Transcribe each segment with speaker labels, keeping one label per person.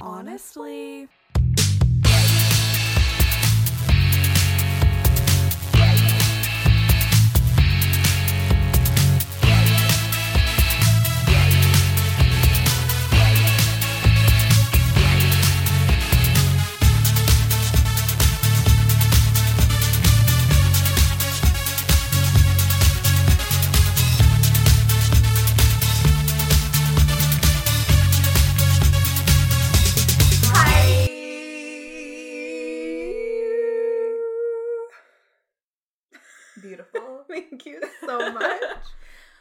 Speaker 1: honestly.
Speaker 2: Beautiful.
Speaker 3: Thank you so much.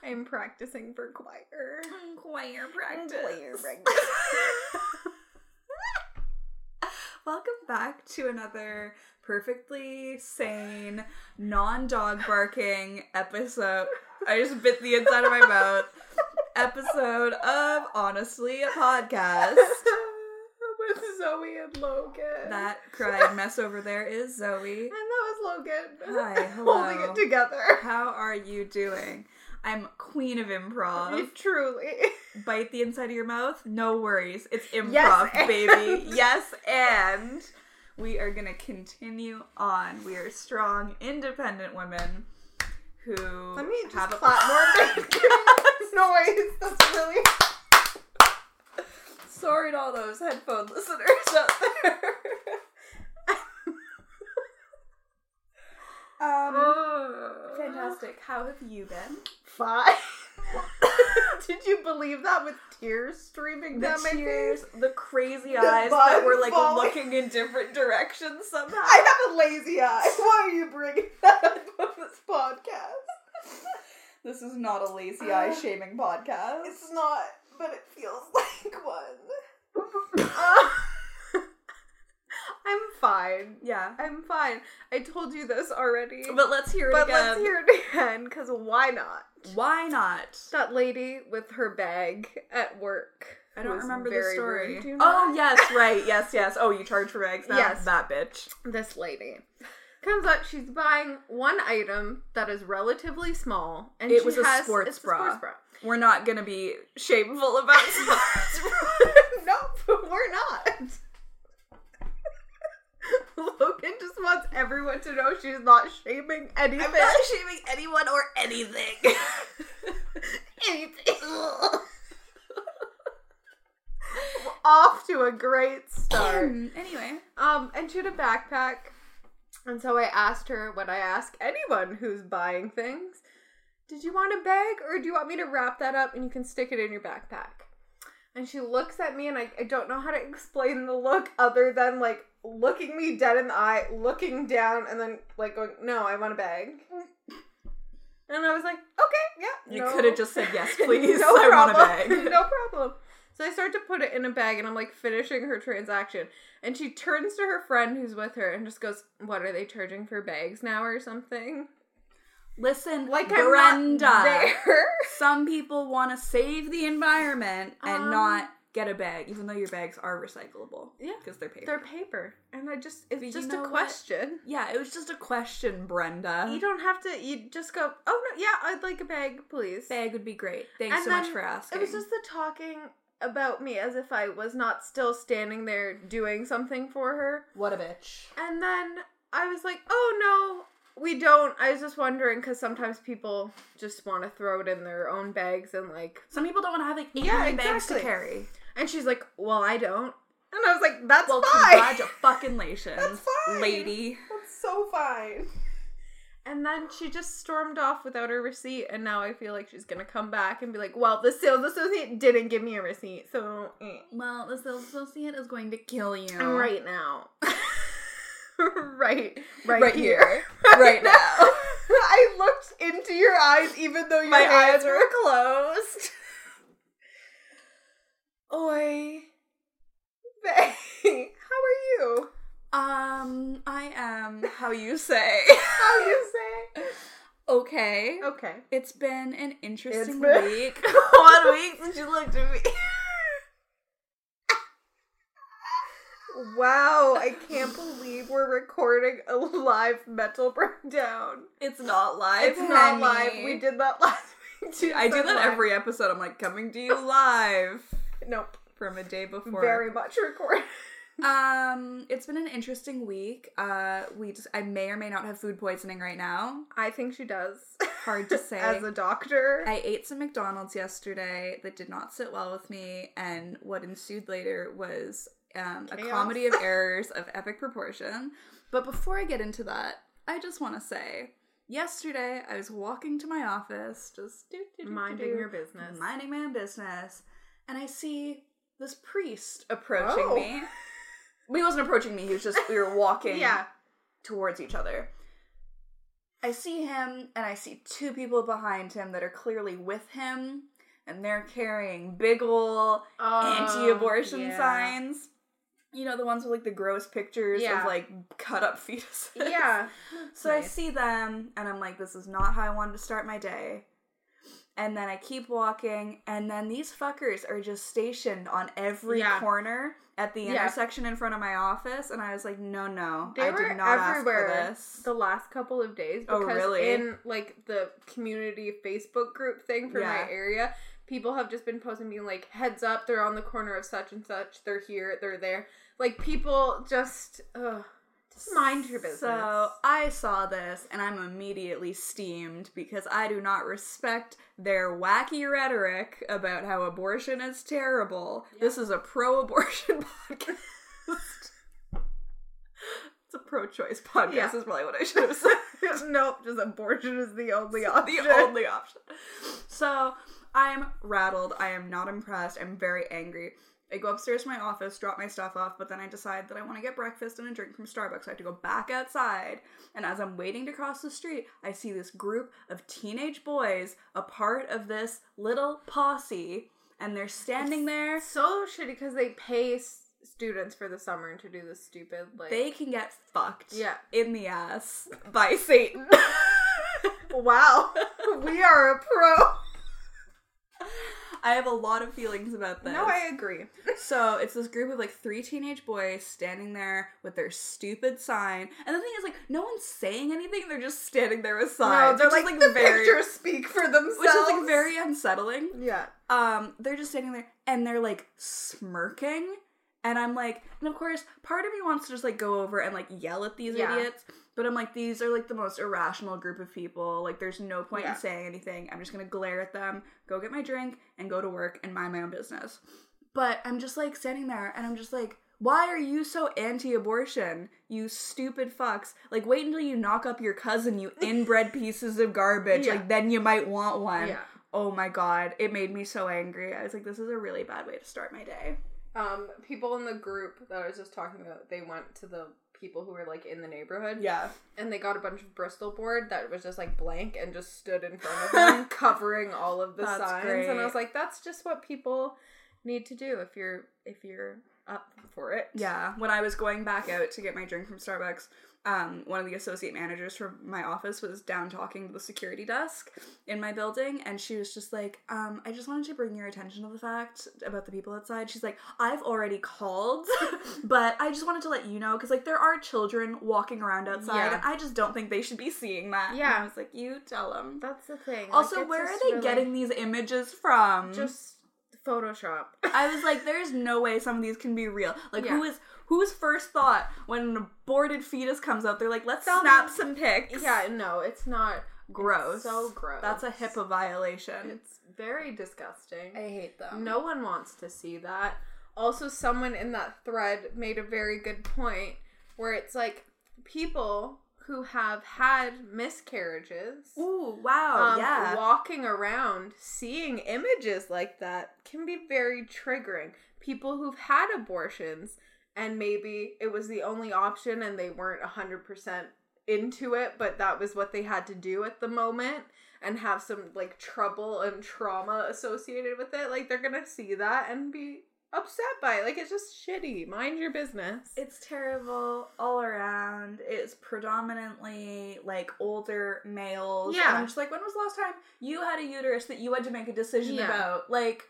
Speaker 3: I'm practicing for choir.
Speaker 2: Choir
Speaker 3: Choir practice.
Speaker 1: Welcome back to another perfectly sane, non dog barking episode. I just bit the inside of my mouth. Episode of Honestly a Podcast.
Speaker 3: With Zoe and Logan.
Speaker 1: That cried mess over there is Zoe.
Speaker 3: And that was Logan.
Speaker 1: Hi,
Speaker 3: Holding
Speaker 1: hello.
Speaker 3: it together.
Speaker 1: How are you doing? I'm queen of improv.
Speaker 3: Truly.
Speaker 1: Bite the inside of your mouth, no worries. It's improv,
Speaker 3: Yes, and-
Speaker 1: baby. Yes, and we are going to continue on. We are strong, independent women who
Speaker 3: Let me just
Speaker 1: have
Speaker 3: clap more
Speaker 1: a
Speaker 3: Noise. That's really. Sorry to all those headphone listeners out there. um,
Speaker 1: Oh, Fantastic. How have you been?
Speaker 3: Fine. Did you believe that with tears streaming
Speaker 1: The
Speaker 3: down my face?
Speaker 1: tears, the crazy
Speaker 3: The
Speaker 1: eyes that
Speaker 3: bun
Speaker 1: were like
Speaker 3: falling.
Speaker 1: looking in different directions somehow.
Speaker 3: I have a lazy eye. Why are you bringing that up on this podcast?
Speaker 1: This is not a lazy
Speaker 3: eye
Speaker 1: shaming podcast.
Speaker 3: It's not, but it feels like one. I'm fine.
Speaker 1: yeah.
Speaker 3: I'm fine. I told you this already. But,
Speaker 1: But let's hear it again.
Speaker 3: let's hear it again, because why not?
Speaker 1: Why not?
Speaker 3: That lady with her bag at work.
Speaker 1: I
Speaker 3: who
Speaker 1: don't
Speaker 3: was
Speaker 1: remember the
Speaker 3: very
Speaker 1: story.
Speaker 3: rude to
Speaker 1: Oh
Speaker 3: her.
Speaker 1: yes, right. Yes, yes. Oh, you charge for eggs now.
Speaker 3: Yes.
Speaker 1: that bitch.
Speaker 3: This lady comes up. She's buying one item that is relatively small, and
Speaker 1: It
Speaker 3: she
Speaker 1: was a
Speaker 3: has-
Speaker 1: sports
Speaker 3: it's
Speaker 1: bra.
Speaker 3: A sports bra.
Speaker 1: We're not gonna be shameful about sports.
Speaker 3: nope, we're not. Logan just wants everyone to know she's not shaming anything.
Speaker 1: I'm not shaming anyone or anything.
Speaker 3: anything. Off to a great start.
Speaker 1: Hmm, anyway,
Speaker 3: Um, and she had a backpack. And so I asked her what I ask anyone who's buying things. Did you want a bag or do you want me to wrap that up and you can stick it in your backpack? And she looks at me and I, I don't know how to explain the look other than like looking me dead in the eye, looking down, and then like going, No, I want a bag. And I was like, Okay, yeah.
Speaker 1: you
Speaker 3: no."
Speaker 1: could have just said yes, please.
Speaker 3: no
Speaker 1: I want a
Speaker 3: problem.
Speaker 1: bag.
Speaker 3: no problem. So I start to put it in a bag and I'm like finishing her transaction. And she turns to her friend who's with her and just goes, What are they charging for bags now or something?
Speaker 1: Listen,
Speaker 3: Like
Speaker 1: Brenda.
Speaker 3: I'm not there.
Speaker 1: Some people want to save the environment and
Speaker 3: Um,
Speaker 1: not get a bag, even though your bags are recyclable.
Speaker 3: Yeah.
Speaker 1: because they're paper.
Speaker 3: They're paper. And I just it's
Speaker 1: But you
Speaker 3: just
Speaker 1: know
Speaker 3: a
Speaker 1: what?
Speaker 3: question.
Speaker 1: yeah, it was just a question, Brenda.
Speaker 3: You don't have to you just go, Oh no, yeah, I'd like a bag, please.
Speaker 1: bag would be great. Thanks
Speaker 3: And
Speaker 1: so
Speaker 3: then
Speaker 1: much for asking.
Speaker 3: It was just the talking about me as if I was not still standing there doing something for her.
Speaker 1: what a bitch.
Speaker 3: And then I was like, oh no, we don't. I was just wondering because sometimes people just want to throw it in their own bags and like.
Speaker 1: Some people don't want to have like eight
Speaker 3: Yeah,
Speaker 1: million bags to
Speaker 3: exactly.
Speaker 1: carry.
Speaker 3: And she's like, well, I don't. And I was like, that's
Speaker 1: Well,
Speaker 3: fine.
Speaker 1: congratulations,
Speaker 3: That's fine.
Speaker 1: lady.
Speaker 3: That's so fine. And then she just stormed off without her receipt, and now I feel like she's gonna come back and be like, "Well, the sales associate didn't give me a receipt, so eh.
Speaker 1: Well, the sales associate is going to kill you
Speaker 3: right now, right, right,
Speaker 1: right,
Speaker 3: here.
Speaker 1: here, right now.
Speaker 3: I looked into your eyes, even though your
Speaker 1: My eyes
Speaker 3: hands
Speaker 1: were
Speaker 3: closed. Oi, Faye, how are you?
Speaker 1: Um, I am how you say.
Speaker 3: How you say?
Speaker 1: okay.
Speaker 3: Okay.
Speaker 1: It's been an interesting
Speaker 3: been-
Speaker 1: week.
Speaker 3: One week since you looked at me. wow, I can't believe we're recording a live metal breakdown.
Speaker 1: It's not live.
Speaker 3: It's not live.
Speaker 1: honey.
Speaker 3: We did that last week.
Speaker 1: I do
Speaker 3: It's
Speaker 1: that
Speaker 3: live.
Speaker 1: every episode. I'm like coming to you live.
Speaker 3: Nope.
Speaker 1: from a day before.
Speaker 3: Very much recorded.
Speaker 1: Um, it's been an interesting week. Uh, we just I may or may not have food poisoning right now.
Speaker 3: I think she does.
Speaker 1: Hard to say.
Speaker 3: As a doctor.
Speaker 1: I ate some McDonald's yesterday that did not sit well with me, and what ensued later was um, a
Speaker 3: Chaos.
Speaker 1: comedy of errors of epic proportion. But before I get into that, I just want to say yesterday I was walking to my office, just do, do, do, do,
Speaker 3: Minding
Speaker 1: do,
Speaker 3: your business.
Speaker 1: minding my own business, and I see this priest approaching
Speaker 3: Oh.
Speaker 1: me. He wasn't approaching me, he was just, we were walking
Speaker 3: yeah.
Speaker 1: towards each other. I see him, and I see two people behind him that are clearly with him, and they're carrying big ol' anti-abortion
Speaker 3: Oh, yeah.
Speaker 1: signs. You know the ones with like the gross pictures
Speaker 3: Yeah.
Speaker 1: of like cut up fetuses.
Speaker 3: Yeah.
Speaker 1: So I
Speaker 3: Nice.
Speaker 1: see them and I'm like, this is not how I wanted to start my day. And then I keep walking, and then these fuckers are just stationed on every
Speaker 3: Yeah.
Speaker 1: corner at the
Speaker 3: Yeah.
Speaker 1: intersection in front of my office. And I was like, no, no,
Speaker 3: They
Speaker 1: I
Speaker 3: were
Speaker 1: did not
Speaker 3: everywhere
Speaker 1: ask for
Speaker 3: the last couple of days
Speaker 1: Oh,
Speaker 3: because
Speaker 1: really?
Speaker 3: in like the community Facebook group thing for
Speaker 1: Yeah.
Speaker 3: my area, people have just been posting being like, heads up, they're on the corner of such and such, they're here, they're there. Like people just ugh,
Speaker 1: this.
Speaker 3: just mind your business.
Speaker 1: So I saw this, and I'm immediately steamed because I do not respect their wacky rhetoric about how abortion is terrible. This is a pro-abortion podcast. it's a pro-choice podcast.
Speaker 3: Yeah.
Speaker 1: Is probably what I should have said.
Speaker 3: nope, just abortion is the only
Speaker 1: the only option. So I'm rattled. I am not impressed. I'm very angry. I go upstairs to my office, drop my stuff off, but then I decide that I want to get breakfast and a drink from Starbucks. So I have to go back outside. And as I'm waiting to cross the street, I see this group of teenage boys, a part of this little posse, and they're standing there.
Speaker 3: so shitty because they pay s- students for the summer to do this stupid like
Speaker 1: They can get fucked
Speaker 3: Yeah.
Speaker 1: in the ass by Satan.
Speaker 3: wow we are a pro
Speaker 1: I have a lot of feelings about this.
Speaker 3: no i agree
Speaker 1: So it's this group of like three teenage boys standing there with their stupid sign. And the thing is, like, no one's saying anything. They're just standing there with signs.
Speaker 3: they're
Speaker 1: which is,
Speaker 3: like, the pictures speak for themselves
Speaker 1: which is like very unsettling.
Speaker 3: yeah
Speaker 1: Um, they're just standing there and they're like smirking. And I'm like, and of course, part of me wants to just like go over and like yell at these
Speaker 3: Yeah.
Speaker 1: idiots. But I'm like, these are like the most irrational group of people. Like, there's no point
Speaker 3: Yeah.
Speaker 1: in saying anything. I'm just gonna glare at them, go get my drink, and go to work and mind my own business. But I'm just like standing there and I'm just like, why are you so anti abortion, you stupid fucks? Like, wait until you knock up your cousin, you inbred pieces of garbage.
Speaker 3: Yeah.
Speaker 1: Like, then you might want one
Speaker 3: yeah
Speaker 1: oh my god, it made me so angry. I was like, this is a really bad way to start my day.
Speaker 3: um people in the group that i was just talking about they went to the people who were like in the neighborhood
Speaker 1: Yeah.
Speaker 3: and they got a bunch of bristol board that was just like blank and just stood in front of them covering all of the
Speaker 1: That's
Speaker 3: signs and i
Speaker 1: great.
Speaker 3: was like that's just what people need to do if you're if you're up for it
Speaker 1: Yeah. When I was going back out to get my drink from Starbucks, um, one of the associate managers from my office was down talking to the security desk in my building, and she was just like, um, I just wanted to bring your attention to the fact about the people outside. She's like, I've already called, but I just wanted to let you know because, like, there are children walking around outside,
Speaker 3: Yeah.
Speaker 1: and I just don't think they should be seeing that. And
Speaker 3: Yeah.
Speaker 1: I was like, you tell them.
Speaker 3: that's the thing
Speaker 1: Also, where are they getting these images from?
Speaker 3: just photoshop
Speaker 1: I was like, there's no way some of these can be real. Like, who
Speaker 3: Yeah.
Speaker 1: is whose first thought when an aborted fetus comes out? They're like, let's
Speaker 3: Some-
Speaker 1: snap some pics.
Speaker 3: yeah no it's not
Speaker 1: gross.
Speaker 3: it's so gross
Speaker 1: That's a HIPAA violation.
Speaker 3: it's very disgusting
Speaker 1: hate them.
Speaker 3: No one wants to see that. Also, someone in that thread made a very good point where it's like people who have had miscarriages
Speaker 1: Ooh, wow.
Speaker 3: um,
Speaker 1: Oh, yeah.
Speaker 3: walking around seeing images like that can be very triggering. People who've had abortions and maybe it was the only option and they weren't 100% into it, but that was what they had to do at the moment and have some like trouble and trauma associated with it. Like they're going to see that and be upset by it. Like it's just shitty. Mind your business.
Speaker 1: It's terrible all around. It's predominantly like older males.
Speaker 3: Yeah.
Speaker 1: And I'm just like, when was the last time you had a uterus that you had to make a decision
Speaker 3: Yeah.
Speaker 1: about? Like,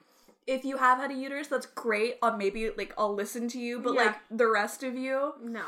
Speaker 1: if you have had a uterus, that's great. I'll maybe like I'll listen to you, but
Speaker 3: Yeah.
Speaker 1: like the rest of you,
Speaker 3: no.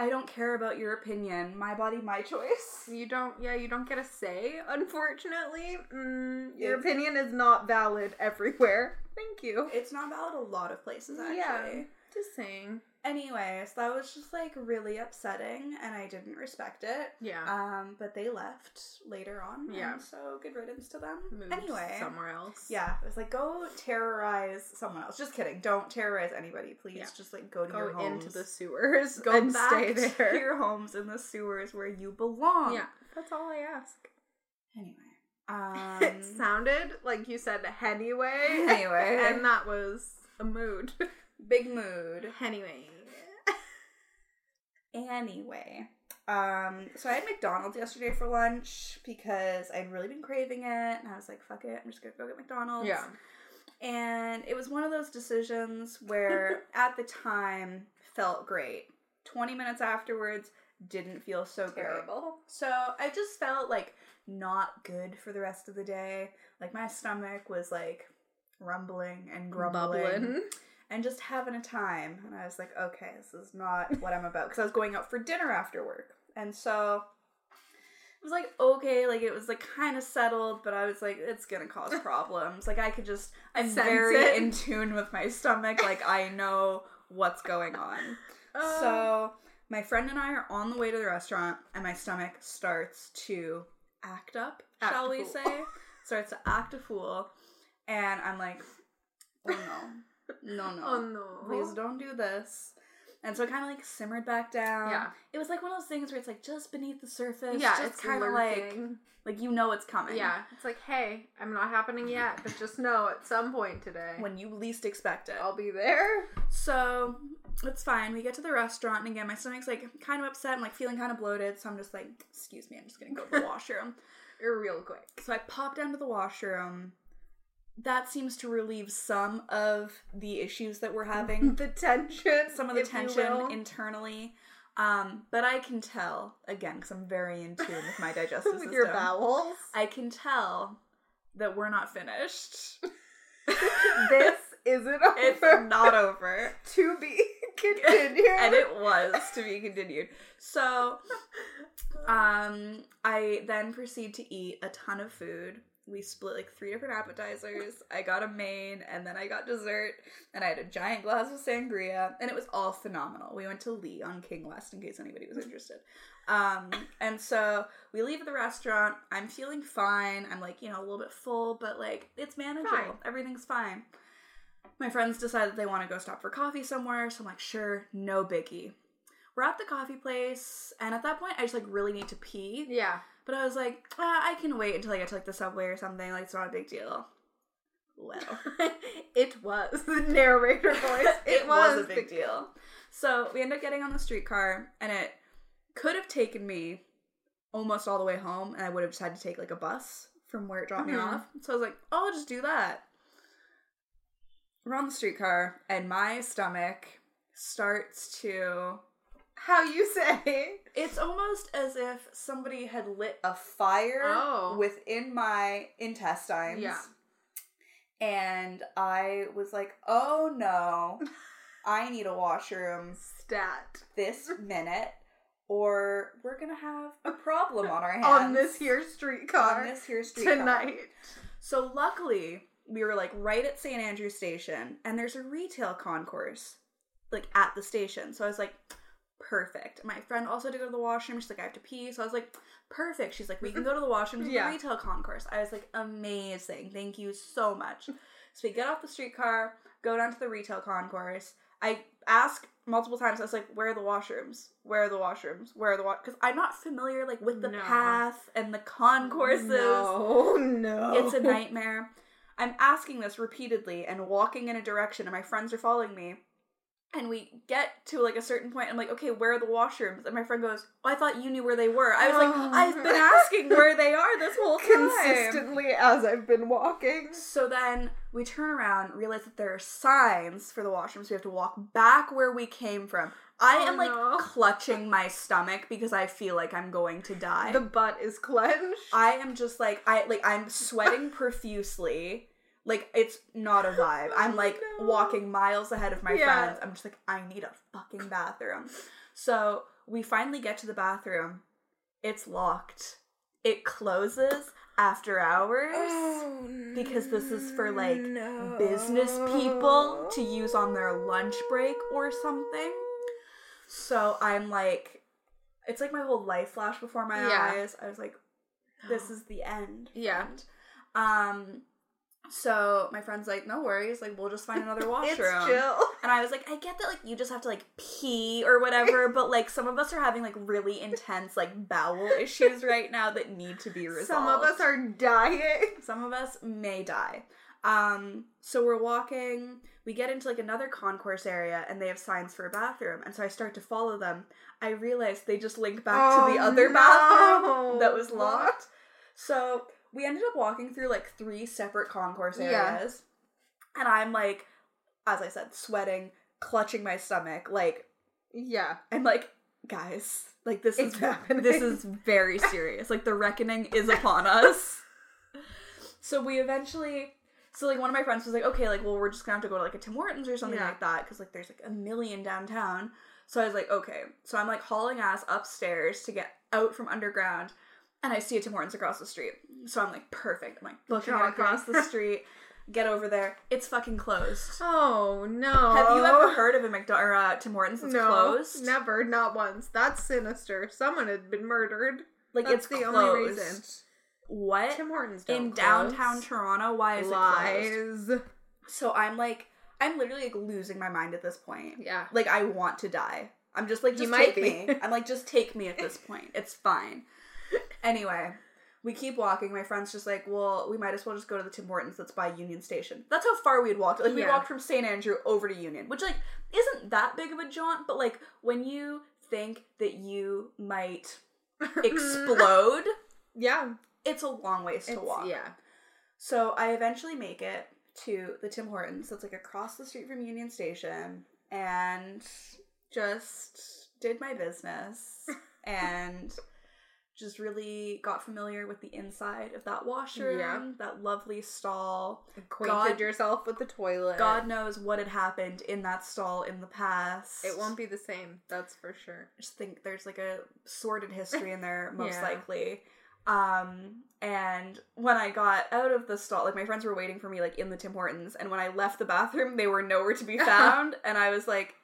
Speaker 1: I don't care about your opinion. My body, my choice.
Speaker 3: You don't, yeah, you don't get a say, unfortunately. Mm, your
Speaker 1: Yes.
Speaker 3: opinion is not valid everywhere. Thank you.
Speaker 1: It's not valid a lot of places actually.
Speaker 3: Yeah. Just saying.
Speaker 1: Anyways, that was just like really upsetting and I didn't respect it.
Speaker 3: Yeah.
Speaker 1: Um, but they left later on.
Speaker 3: Yeah.
Speaker 1: and so good riddance to them.
Speaker 3: Moved
Speaker 1: Um, anyway.
Speaker 3: somewhere else.
Speaker 1: Yeah, it was like go terrorize someone else. Just kidding. Don't terrorize anybody, please.
Speaker 3: Yeah.
Speaker 1: Just like go to your
Speaker 3: Go
Speaker 1: homes.
Speaker 3: into the sewers
Speaker 1: go
Speaker 3: and
Speaker 1: back
Speaker 3: stay there.
Speaker 1: to your homes in the sewers where you belong.
Speaker 3: Yeah. That's all I ask.
Speaker 1: Anyway. Um
Speaker 3: it sounded like you said anyway.
Speaker 1: Anyway.
Speaker 3: and that was a mood.
Speaker 1: big mood.
Speaker 3: anyway.
Speaker 1: Anyway. Um, so I had McDonald's yesterday for lunch because I'd really been craving it and I was like, fuck it, I'm just gonna go get McDonald's.
Speaker 3: Yeah.
Speaker 1: And it was one of those decisions where at the time felt great. 20 minutes afterwards didn't feel so great. So I just felt like not good for the rest of the day. Like my stomach was like rumbling and grumbling
Speaker 3: Bubbling.
Speaker 1: and just having a time. And I was like, okay, this is not what I'm about. Because I was going out for dinner after work. And so it was like, okay, like it was like kind of settled, but I was like, it's going to cause problems. Like I could just, I'm
Speaker 3: Sense
Speaker 1: very
Speaker 3: it.
Speaker 1: in tune with my stomach. Like I know what's going on.
Speaker 3: Uh.
Speaker 1: so my friend and I are on the way to the restaurant, and my stomach starts to act up,
Speaker 3: Act
Speaker 1: shall
Speaker 3: a
Speaker 1: we
Speaker 3: fool.
Speaker 1: say? starts to act a fool. And I'm like, oh no. No, no.
Speaker 3: Oh no.
Speaker 1: Please don't do this. And so it kind of like simmered back down.
Speaker 3: Yeah.
Speaker 1: It was like one of those things where it's like just beneath the surface.
Speaker 3: yeah,
Speaker 1: Just
Speaker 3: it's
Speaker 1: kind of like,
Speaker 3: lurking.
Speaker 1: like you know it's coming.
Speaker 3: Yeah, it's like, hey, I'm not happening yet, but just know at some point today,
Speaker 1: When you least expect it.
Speaker 3: I'll be there.
Speaker 1: So it's fine. We get to the restaurant, and again, my stomach's like kind of upset and like feeling kind of bloated. So I'm just like, excuse me, I'm just gonna go to the washroom.
Speaker 3: Real quick.
Speaker 1: So I pop down to the washroom. That seems to relieve some of the issues that we're having,
Speaker 3: The tension.
Speaker 1: some of the
Speaker 3: if you will.
Speaker 1: tension internally. Um, but I can tell again because I'm very in tune with my digestive
Speaker 3: with
Speaker 1: system.
Speaker 3: your bowels.
Speaker 1: I can tell that we're not finished.
Speaker 3: this isn't
Speaker 1: It's
Speaker 3: over.
Speaker 1: not over.
Speaker 3: to be continued.
Speaker 1: and it was to be continued. So, um, I then proceed to eat a ton of food. We split like three different appetizers. I got a main, and then I got dessert, and I had a giant glass of sangria, and it was all phenomenal. We went to Lee on King West in case anybody was interested. Um, and so we leave the restaurant. I'm feeling fine. I'm like, you know, a little bit full, but like it's manageable.
Speaker 3: Fine.
Speaker 1: Everything's fine. My friends decide that they want to go stop for coffee somewhere, so I'm like, sure, no biggie. We're at the coffee place, and at that point, I just like really need to pee.
Speaker 3: yeah.
Speaker 1: But I was like, ah, I can wait until I get to like the subway or something. Like it's not a big deal. Well,
Speaker 3: it was. The narrator voice. It, was the-
Speaker 1: deal. So we end up getting on the streetcar, and it could have taken me almost all the way home, and I would have just had to take like a bus from where it dropped me
Speaker 3: Mhm.
Speaker 1: off. So I was like, oh, I'll just do that. We're on the streetcar, and my stomach starts to.
Speaker 3: How you say.
Speaker 1: It's almost as if somebody had lit a fire
Speaker 3: Oh.
Speaker 1: within my intestines.
Speaker 3: Yeah.
Speaker 1: And I was like, oh no, I need a washroom
Speaker 3: Stat.
Speaker 1: this minute, or we're gonna have a problem on our hands
Speaker 3: On this here streetcar.
Speaker 1: on this here street
Speaker 3: tonight.
Speaker 1: So luckily, we were like right at St Andrew Station, and there's a retail concourse like at the station. So I was like, perfect. My friend also had to go to the washroom. She's like, I have to pee. So I was like, perfect. She's like, we can go to the washroom to
Speaker 3: Yeah.
Speaker 1: the retail concourse. I was like, amazing. Thank you so much. So we get off the streetcar, go down to the retail concourse. I ask multiple times. I was like, "Where are the washrooms? Where are the washrooms? Where are the wash?" Because I'm not familiar like with the
Speaker 3: No.
Speaker 1: path and the concourses.
Speaker 3: No, no.
Speaker 1: It's a nightmare. I'm asking this repeatedly and walking in a direction, and my friends are following me. And we get to like a certain point. I'm like, okay, where are the washrooms? And my friend goes, oh, I thought you knew where they were. I was like,
Speaker 3: Oh.
Speaker 1: I've been asking where they are this whole time.
Speaker 3: consistently as I've been walking.
Speaker 1: So then we turn around, realize that there are signs for the washrooms. We have to walk back where we came from. I
Speaker 3: Oh,
Speaker 1: am like
Speaker 3: no.
Speaker 1: clutching my stomach because I feel like I'm going to die.
Speaker 3: The butt is clenched.
Speaker 1: I am just like I like I'm sweating profusely. Like it's not a vibe. I'm like
Speaker 3: Oh, No.
Speaker 1: walking miles ahead of my
Speaker 3: Yeah.
Speaker 1: friends. I'm just like I need a fucking bathroom. So we finally get to the bathroom. It's locked. It closes. after hours
Speaker 3: Oh,
Speaker 1: because this is for, like, business people to use on their lunch break or something. So I'm like, it's like my whole life flashed before my
Speaker 3: Yeah.
Speaker 1: eyes. I was like, this is the end.
Speaker 3: Yeah.
Speaker 1: friend. Um, so my friend's like, no worries, like we'll just find another washroom. And I was like, I get that, like, you just have to, like, pee or whatever, but, like, some of us are having, like, really intense, like, bowel issues right now that need to be resolved.
Speaker 3: Some of us are dying.
Speaker 1: Some of us may die. Um, so we're walking, we get into, like, another concourse area, and they have signs for a bathroom. And so I start to follow them. I realize they just link back to the
Speaker 3: Oh,
Speaker 1: other bathroom
Speaker 3: no.
Speaker 1: that was locked. So we ended up walking through, like, three separate concourse areas.
Speaker 3: Yeah.
Speaker 1: And I'm, like, as I said, sweating, clutching my stomach, like,
Speaker 3: Yeah.
Speaker 1: I'm like, guys, like this
Speaker 3: It's
Speaker 1: is
Speaker 3: happening.
Speaker 1: this is very serious. Like the reckoning is upon us. So we eventually, so like one of my friends was like, okay, like well we're just gonna have to go to like a Tim Hortons or something
Speaker 3: Yeah.
Speaker 1: like that because like there's like a million downtown. So I was like, okay. So I'm like hauling ass upstairs to get out from underground, and I see a Tim Hortons across the street. So I'm like, perfect. I'm like booking it
Speaker 3: Jogging.
Speaker 1: across the street. Get over there. It's fucking closed.
Speaker 3: Oh no.
Speaker 1: Have you ever heard of a McDonald's or uh, Tim Hortons that's
Speaker 3: no,
Speaker 1: closed?
Speaker 3: Never, not once. That's sinister. Someone had been murdered.
Speaker 1: Like it's
Speaker 3: That's the
Speaker 1: closed.
Speaker 3: only reason.
Speaker 1: What
Speaker 3: Tim Hortons don't
Speaker 1: in
Speaker 3: close.
Speaker 1: downtown Toronto? Why is it closed?
Speaker 3: lies.
Speaker 1: So I'm like, I'm literally like losing my mind at this point.
Speaker 3: Yeah.
Speaker 1: Like I want to die. I'm just like,
Speaker 3: You
Speaker 1: just take
Speaker 3: might be.
Speaker 1: me. I'm like, just take me at this point. It's fine. Anyway, we keep walking. My friend's just like, well, we might as well just go to the Tim Hortons that's by Union Station. That's how far we had walked. Like we
Speaker 3: Yeah.
Speaker 1: walked from St. Andrew over to Union, which like isn't that big of a jaunt, but like when you think that you might explode,
Speaker 3: Yeah.
Speaker 1: it's a long ways to
Speaker 3: It's-
Speaker 1: walk.
Speaker 3: Yeah.
Speaker 1: So I eventually make it to the Tim Hortons that's like across the street from Union Station and just did my business and just really got familiar with the inside of that washroom,
Speaker 3: Yeah.
Speaker 1: that lovely stall.
Speaker 3: Acquainted
Speaker 1: God-
Speaker 3: yourself with the toilet.
Speaker 1: God knows what had happened in that stall in the past.
Speaker 3: It won't be the same, that's for sure.
Speaker 1: I just think there's like a sordid history in there most
Speaker 3: Yeah.
Speaker 1: likely um and when i got out of the stall like my friends were waiting for me like in the tim hortons and when i left the bathroom they were nowhere to be found and i was like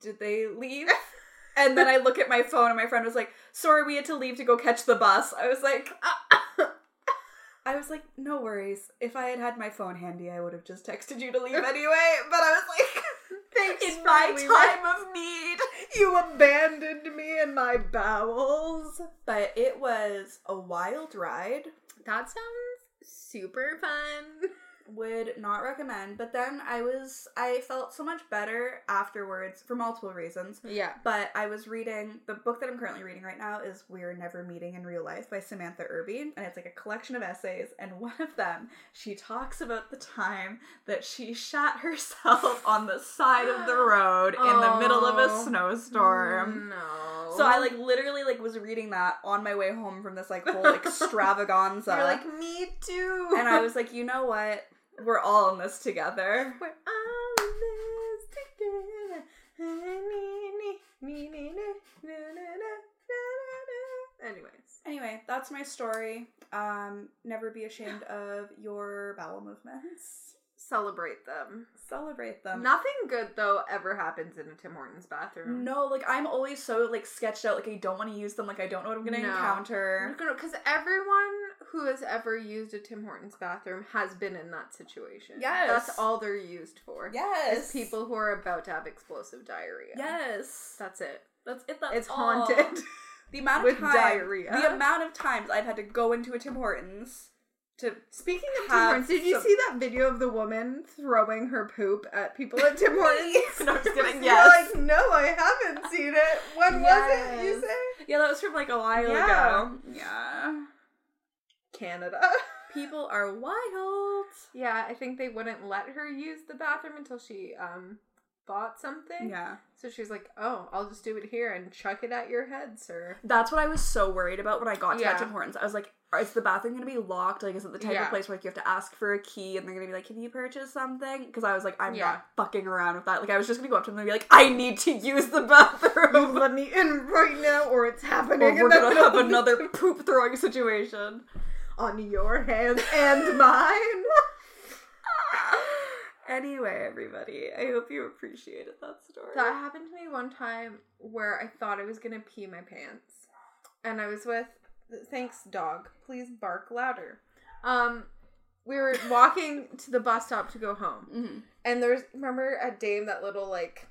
Speaker 1: did they leave and then i look at my phone and my friend was like sorry we had to leave to go catch the bus i was like i was like no worries if i had had my phone handy i would have just texted you to leave anyway but i was like
Speaker 3: Thanks
Speaker 1: in
Speaker 3: for
Speaker 1: my
Speaker 3: leaving.
Speaker 1: time of need
Speaker 3: You abandoned me in my bowels.
Speaker 1: but it was a wild ride.
Speaker 3: That sounds super fun.
Speaker 1: Would not recommend. But then I was, I felt so much better afterwards for multiple reasons.
Speaker 3: Yeah.
Speaker 1: But I was reading the book that I'm currently reading right now is We're Never Meeting in Real Life by Samantha Irby. And it's like a collection of essays. And one of them, she talks about the time that she shat herself on the side of the road in the middle of a
Speaker 3: Oh.
Speaker 1: snowstorm.
Speaker 3: No.
Speaker 1: So I like literally like was reading that on my way home from this like whole extravaganza.
Speaker 3: You're like, me too.
Speaker 1: and I was like, you know what? We're all in this together.
Speaker 3: We're all in this together. Anyways.
Speaker 1: Anyway, that's my story. Um, never be ashamed of your bowel movements.
Speaker 3: Celebrate them.
Speaker 1: Celebrate them.
Speaker 3: Nothing good though ever happens in a Tim Hortons bathroom.
Speaker 1: no, like I'm always so like sketched out. Like I don't want to use them. Like I don't know what I'm gonna
Speaker 3: No.
Speaker 1: encounter.
Speaker 3: Because everyone who has ever used a Tim Hortons bathroom has been in that situation.
Speaker 1: Yes.
Speaker 3: That's all they're used for.
Speaker 1: Yes,
Speaker 3: Is people who are about to have explosive diarrhea.
Speaker 1: Yes,
Speaker 3: That's it.
Speaker 1: that's it. That's
Speaker 3: It's
Speaker 1: all.
Speaker 3: haunted.
Speaker 1: The amount
Speaker 3: with
Speaker 1: of time,
Speaker 3: diarrhea.
Speaker 1: The amount of times I've had to go into a Tim Hortons to
Speaker 3: Speaking of Tim
Speaker 1: Have
Speaker 3: Hortons, did you
Speaker 1: some-
Speaker 3: see that video of the woman throwing her poop at people at Tim Hortons?
Speaker 1: No, I'm just kidding,
Speaker 3: You're
Speaker 1: yes.
Speaker 3: like, no, I haven't seen it. When was it, you
Speaker 1: Yes.
Speaker 3: say?
Speaker 1: Yeah, that was from like a while
Speaker 3: Yeah.
Speaker 1: ago. Yeah.
Speaker 3: Canada.
Speaker 1: People are wild.
Speaker 3: yeah, I think they wouldn't let her use the bathroom until she um bought something.
Speaker 1: Yeah.
Speaker 3: So she was like, oh, I'll just do it here and chuck it at your head, sir.
Speaker 1: That's what I was so worried about when I got to
Speaker 3: Yeah.
Speaker 1: that Tim Hortons. I was like, "Are- is the bathroom gonna be locked? Like, is it the type
Speaker 3: Yeah.
Speaker 1: of place where like you have to ask for a key and they're gonna be like, can you purchase something? Because I was like, I'm
Speaker 3: Yeah.
Speaker 1: not fucking around with that. Like, I was just gonna go up to them and be like, I need to use the bathroom.
Speaker 3: Let me in right now or it's happening.
Speaker 1: or
Speaker 3: and
Speaker 1: we're
Speaker 3: then
Speaker 1: gonna
Speaker 3: they'll-
Speaker 1: have another poop throwing situation.
Speaker 3: on your hands and mine.
Speaker 1: anyway, everybody, I hope you appreciated that story.
Speaker 3: That happened to me one time where I thought I was gonna pee my pants, and I was with thanks dog, please bark louder. Um, we were walking to the bus stop to go home,
Speaker 1: Mhm.
Speaker 3: and there's remember at Dame that little like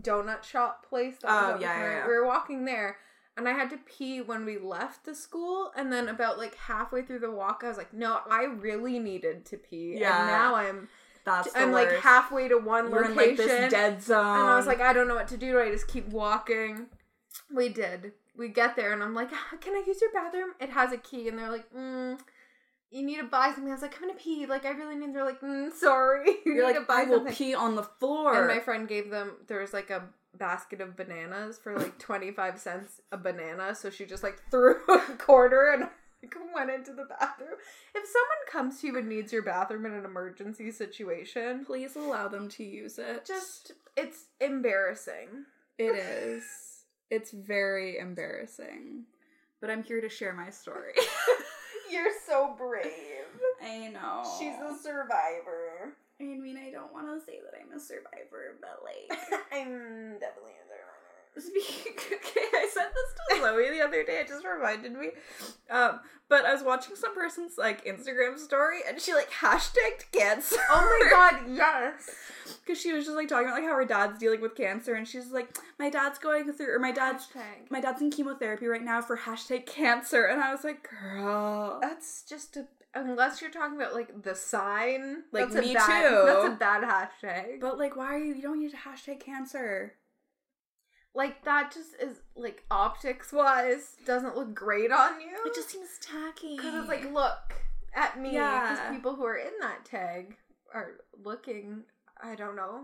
Speaker 3: donut shop place. That was
Speaker 1: Oh,
Speaker 3: up the
Speaker 1: yeah, yeah,
Speaker 3: corner?
Speaker 1: yeah.
Speaker 3: We were walking there, and I had to pee when we left the school, and then about like halfway through the walk, I was like, no, I really needed to pee,
Speaker 1: Yeah.
Speaker 3: and now I'm
Speaker 1: That's the
Speaker 3: I'm like
Speaker 1: worst.
Speaker 3: halfway to one
Speaker 1: We're in
Speaker 3: location,
Speaker 1: like this dead zone.
Speaker 3: and I was like, I don't know what to do. Do I just keep walking? We did. We get there, and I'm like, "Ah, Can I use your bathroom? It has a key, and they're like, mm, You need to buy something. I was like, I'm gonna pee. Like I really need. They're like, mm, Sorry, you
Speaker 1: you're
Speaker 3: need
Speaker 1: like,
Speaker 3: to buy
Speaker 1: I will
Speaker 3: something.
Speaker 1: pee on the floor.
Speaker 3: And my friend gave them. There was like a basket of bananas for like 25 cents a banana. So she just like threw a quarter and. like, Went into the bathroom. If someone comes to you and needs your bathroom in an emergency situation,
Speaker 1: Please allow them to use it.
Speaker 3: just it's embarrassing.
Speaker 1: It is. It's very embarrassing. But I'm here to share my story.
Speaker 3: You're so brave.
Speaker 1: I know.
Speaker 3: survivor.
Speaker 1: I mean, I don't want to say that I'm a survivor, but like.
Speaker 3: I'm definitely a survivor.
Speaker 1: Speaking, okay, I said this to Zoe the other day. It just reminded me. Um, but I was watching some person's like Instagram story, and she like hashtagged cancer.
Speaker 3: Oh my god, yes.
Speaker 1: Because she was just like talking about like how her dad's dealing with cancer, and she's like, my dad's going through, or my dad's
Speaker 3: Hashtag.
Speaker 1: my dad's in chemotherapy right now for hashtag cancer, and I was like, girl,
Speaker 3: That's just a unless you're talking about like the sign.
Speaker 1: Like,
Speaker 3: that's a
Speaker 1: me
Speaker 3: bad-
Speaker 1: too.
Speaker 3: That's a bad hashtag.
Speaker 1: but like, why are you? You don't need to hashtag cancer.
Speaker 3: like that just is like optics wise doesn't look great on you.
Speaker 1: It just seems tacky.
Speaker 3: because it's like look at me. Because
Speaker 1: Yeah.
Speaker 3: people who are in that tag are looking. I don't know.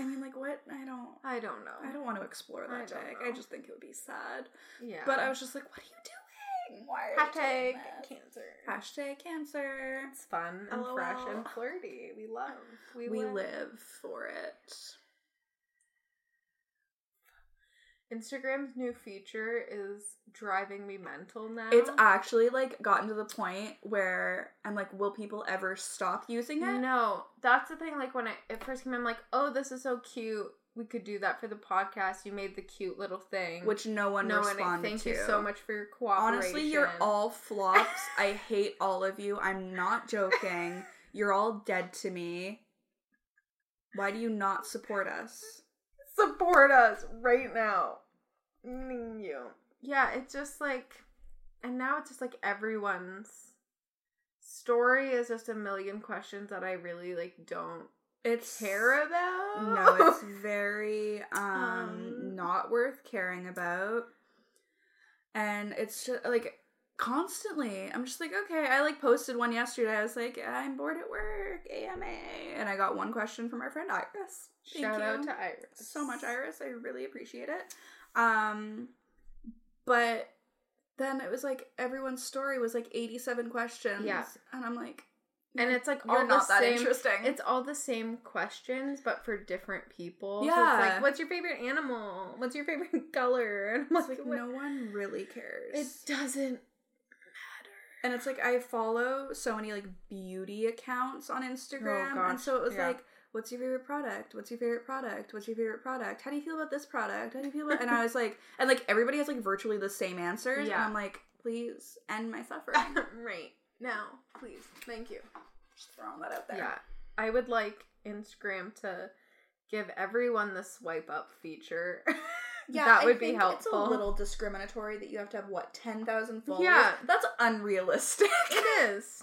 Speaker 1: I mean, like what? I don't.
Speaker 3: I don't know.
Speaker 1: I don't want to explore
Speaker 3: I
Speaker 1: that
Speaker 3: don't
Speaker 1: tag.
Speaker 3: know.
Speaker 1: I just think it would be sad.
Speaker 3: Yeah.
Speaker 1: But I was just like, what are you doing? Why are you
Speaker 3: Hashtag
Speaker 1: doing this?
Speaker 3: cancer.
Speaker 1: Hashtag cancer.
Speaker 3: It's fun and fresh and
Speaker 1: LOL.
Speaker 3: flirty. We love. We,
Speaker 1: We
Speaker 3: love.
Speaker 1: live for it.
Speaker 3: Instagram's new feature is driving me mental now.
Speaker 1: It's actually like gotten to the point where I'm like, will people ever stop using it?
Speaker 3: no, that's the thing. Like when I it first came, I'm like, oh, this is so cute. We could do that for the podcast. You made the cute little thing.
Speaker 1: Which no one
Speaker 3: no one.
Speaker 1: responded
Speaker 3: Thank
Speaker 1: to.
Speaker 3: you so much for your cooperation.
Speaker 1: Honestly, you're all flops. I hate all of you. I'm not joking. You're all dead to me. Why do you not support us?
Speaker 3: support us right now. Mm, You. Yeah, it's just like, and now it's just like everyone's story is just a million questions that I really like don't
Speaker 1: It's
Speaker 3: care about.
Speaker 1: No, it's very um,
Speaker 3: Um,
Speaker 1: not worth caring about. And it's just like constantly I'm just like, okay, I like posted one yesterday. I was like, I'm bored at work, AMA. And I got one question from our friend Iris. Thank
Speaker 3: shout
Speaker 1: you
Speaker 3: out to Iris.
Speaker 1: so much, Iris. I really appreciate it. Um but then it was like everyone's story was like 87 questions.
Speaker 3: Yeah.
Speaker 1: And I'm like,
Speaker 3: And it's like all
Speaker 1: you're not
Speaker 3: the
Speaker 1: that
Speaker 3: same.
Speaker 1: interesting.
Speaker 3: It's all the same questions, but for different people. So it's
Speaker 1: Yeah.
Speaker 3: like, what's your favorite animal? What's your favorite color? And I'm
Speaker 1: It's
Speaker 3: like,
Speaker 1: like
Speaker 3: what-
Speaker 1: no one really cares.
Speaker 3: it doesn't.
Speaker 1: and it's like I follow so many like beauty accounts on Instagram, and
Speaker 3: Oh, gosh,
Speaker 1: so it was
Speaker 3: yeah.
Speaker 1: like, "What's your favorite product? What's your favorite product? What's your favorite product? How do you feel about this product? How do you feel?" about... And I was like, and like everybody has like virtually the same answers, and
Speaker 3: Yeah.
Speaker 1: I'm like, "Please end my suffering."
Speaker 3: right now, please. Thank you.
Speaker 1: Just throwing that out there.
Speaker 3: Yeah. I would like Instagram to give everyone the swipe up feature.
Speaker 1: Yeah,
Speaker 3: that
Speaker 1: I
Speaker 3: would be
Speaker 1: think
Speaker 3: helpful.
Speaker 1: It's a little discriminatory that you have to have what ten thousand followers.
Speaker 3: Yeah.
Speaker 1: that's unrealistic.
Speaker 3: it is.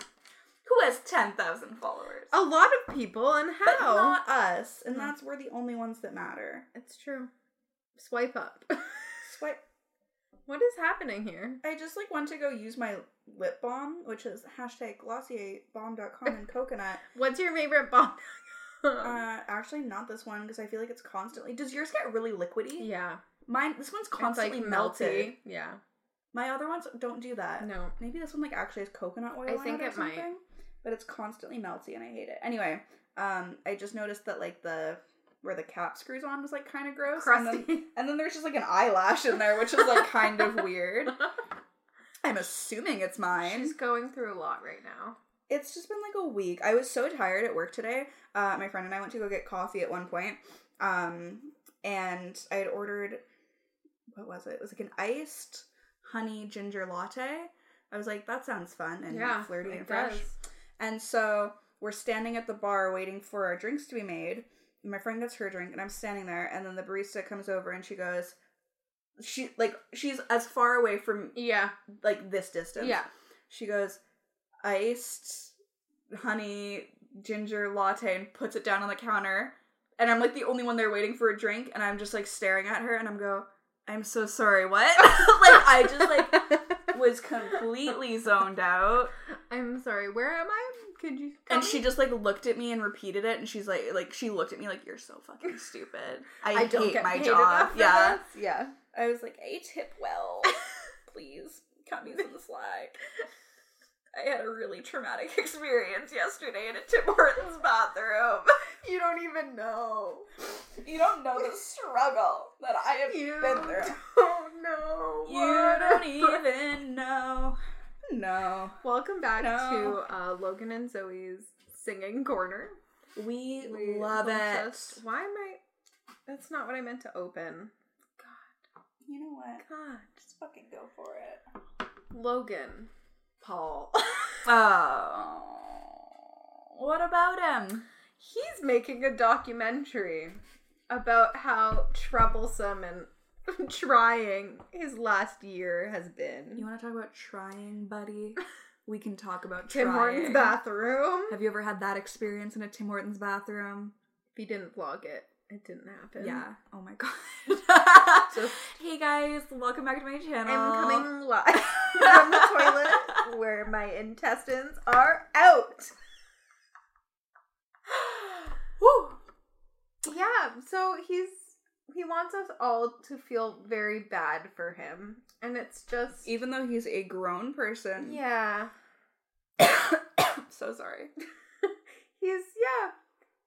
Speaker 1: Who has ten thousand followers?
Speaker 3: A lot of people and
Speaker 1: but
Speaker 3: how?
Speaker 1: not us, and
Speaker 3: Oh, No.
Speaker 1: that's we're the only ones that matter.
Speaker 3: it's true. Swipe up.
Speaker 1: Swipe.
Speaker 3: what is happening here?
Speaker 1: I just like went to go use my lip balm, which is hashtag glossierbomb.com and coconut.
Speaker 3: What's your favorite bomb? Um.
Speaker 1: Uh, actually, not this one because I feel like it's constantly. Does yours get really liquidy?
Speaker 3: yeah.
Speaker 1: Mine. This one's constantly
Speaker 3: it's like
Speaker 1: melted.
Speaker 3: melty. Yeah.
Speaker 1: My other ones don't do that.
Speaker 3: No.
Speaker 1: Maybe this one like actually has coconut oil.
Speaker 3: I
Speaker 1: in
Speaker 3: think
Speaker 1: it, or
Speaker 3: it might.
Speaker 1: something, But it's constantly melty, and I hate it. Anyway, um, I just noticed that like the where the cap screws on was like kind of gross, and then
Speaker 3: Crusty.
Speaker 1: and then there's just like an eyelash in there, which is like kind of weird. I'm assuming it's mine.
Speaker 3: She's going through a lot right now.
Speaker 1: it's just been like a week. I was so tired at work today. Uh, my friend and I went to go get coffee at one point, um, and I had ordered what was it? It was like an iced honey ginger latte. I was like, that sounds fun and
Speaker 3: yeah,
Speaker 1: flirty
Speaker 3: it
Speaker 1: and fresh.
Speaker 3: does.
Speaker 1: And so we're standing at the bar waiting for our drinks to be made. My friend gets her drink, and I'm standing there. And then the barista comes over, and she goes, she like she's as far away from
Speaker 3: Yeah,
Speaker 1: like this distance.
Speaker 3: yeah.
Speaker 1: She goes, iced honey ginger latte and puts it down on the counter. And I'm like the only one there waiting for a drink. And I'm just like staring at her and I'm go, I'm so sorry, what? like I just like was completely zoned out.
Speaker 3: I'm sorry. Where am I? Could you? tell
Speaker 1: And
Speaker 3: me?
Speaker 1: she just like looked at me and repeated it. And she's like, like she looked at me like, you're so fucking stupid. I,
Speaker 3: I don't
Speaker 1: hate
Speaker 3: get
Speaker 1: my
Speaker 3: paid
Speaker 1: job.
Speaker 3: enough for
Speaker 1: Yeah.
Speaker 3: this. Yeah.
Speaker 1: I was like, I tip well. Please cut me some slack. I had a really traumatic experience yesterday in a Tim Hortons bathroom.
Speaker 3: You don't even know.
Speaker 1: You don't know the struggle that I have
Speaker 3: You
Speaker 1: been through.
Speaker 3: don't know.
Speaker 1: You
Speaker 3: what
Speaker 1: don't e-
Speaker 3: happened.
Speaker 1: even know. No.
Speaker 3: Welcome back
Speaker 1: No.
Speaker 3: to uh, Logan and Zoe's singing corner.
Speaker 1: We,
Speaker 3: We
Speaker 1: love
Speaker 3: will
Speaker 1: it.
Speaker 3: just- Why am I? That's not what I meant to open.
Speaker 1: You know what?
Speaker 3: God,
Speaker 1: Just fucking go for it.
Speaker 3: Logan, Paul.
Speaker 1: Oh. What about him?
Speaker 3: He's making a documentary about how troublesome and trying his last year has been.
Speaker 1: You want to talk about trying, buddy? We can talk about
Speaker 3: Tim
Speaker 1: trying.
Speaker 3: Hortons bathroom.
Speaker 1: Have you ever had that experience in a Tim Hortons bathroom?
Speaker 3: If he didn't vlog it, it didn't happen.
Speaker 1: Yeah. Oh my god.
Speaker 3: Just
Speaker 1: hey guys, welcome back to my channel.
Speaker 3: I'm coming live from the toilet where my intestines are out.
Speaker 1: Woo!
Speaker 3: Yeah, so he's he wants us all to feel very bad for him. And it's just
Speaker 1: Even though he's a grown person.
Speaker 3: Yeah.
Speaker 1: so sorry.
Speaker 3: He's yeah.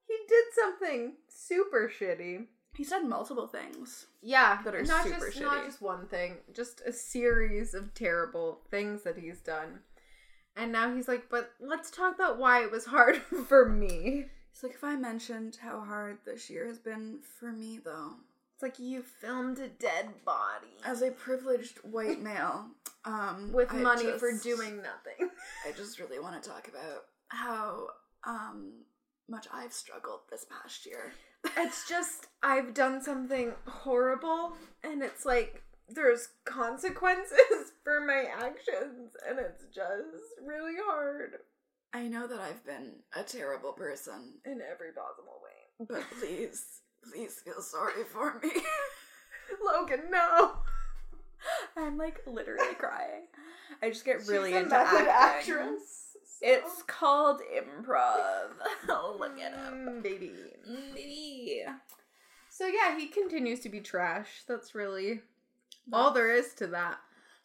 Speaker 3: He did something super shitty.
Speaker 1: He's done multiple things.
Speaker 3: Yeah,
Speaker 1: That are
Speaker 3: not
Speaker 1: super
Speaker 3: just not
Speaker 1: shitty.
Speaker 3: just one thing, just a series of terrible things that he's done. And now he's like, but let's talk about why it was hard for me.
Speaker 1: It's like if I mentioned how hard this year has been for me though.
Speaker 3: It's like you filmed a dead body
Speaker 1: As a privileged white male, um
Speaker 3: with
Speaker 1: I
Speaker 3: money for
Speaker 1: just-
Speaker 3: doing nothing.
Speaker 1: I just really want to talk about how um much I've struggled this past year.
Speaker 3: it's just I've done something horrible, and it's like there's consequences for my actions, and it's just really hard
Speaker 1: I know that I've been a terrible person,
Speaker 3: in every possible way.
Speaker 1: but please, please feel sorry for me.
Speaker 3: Logan, no.
Speaker 1: I'm like literally crying. I just get really
Speaker 3: She's a
Speaker 1: into
Speaker 3: method
Speaker 1: acting.
Speaker 3: actress. so-
Speaker 1: It's called improv. Look it up.
Speaker 3: Mm, baby.
Speaker 1: Maybe.
Speaker 3: So yeah, he continues to be trash. That's really all there is to that.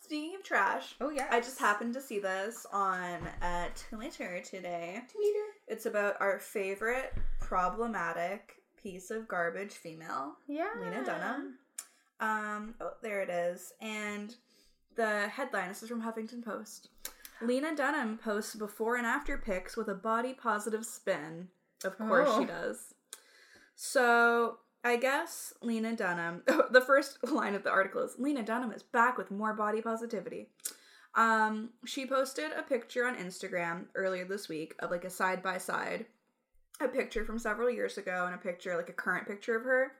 Speaker 1: Speaking of trash,
Speaker 3: Oh yeah,
Speaker 1: I just happened to see this on uh, Twitter today.
Speaker 3: Twitter.
Speaker 1: It's about our favorite problematic piece of garbage female.
Speaker 3: Yeah,
Speaker 1: Lena Dunham. Um, oh, there it is. And the headline this is from Huffington Post. Lena Dunham posts before and after pics with a body positive spin. Of course
Speaker 3: Oh.
Speaker 1: she does. So I guess Lena Dunham, the first line of the article is Lena Dunham is back with more body positivity. Um, she posted a picture on Instagram earlier this week of like a side by side, a picture from several years ago and a picture, like a current picture of her.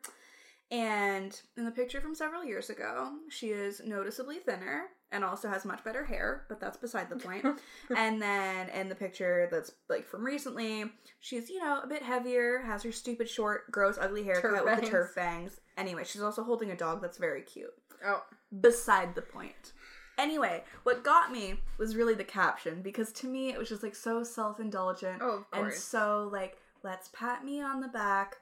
Speaker 1: And in the picture from several years ago, she is noticeably thinner and also has much better hair, but that's beside the point. and then in the picture that's like from recently, she's, you know, a bit heavier, has her stupid short, gross, ugly haircut
Speaker 3: Turf
Speaker 1: with the
Speaker 3: bangs.
Speaker 1: turf fangs. Anyway, she's also holding a dog that's very cute
Speaker 3: Oh,
Speaker 1: beside the point. Anyway, what got me was really the caption because to me it was just like so self indulgent
Speaker 3: oh, of
Speaker 1: and
Speaker 3: course.
Speaker 1: so like, let's pat me on the back.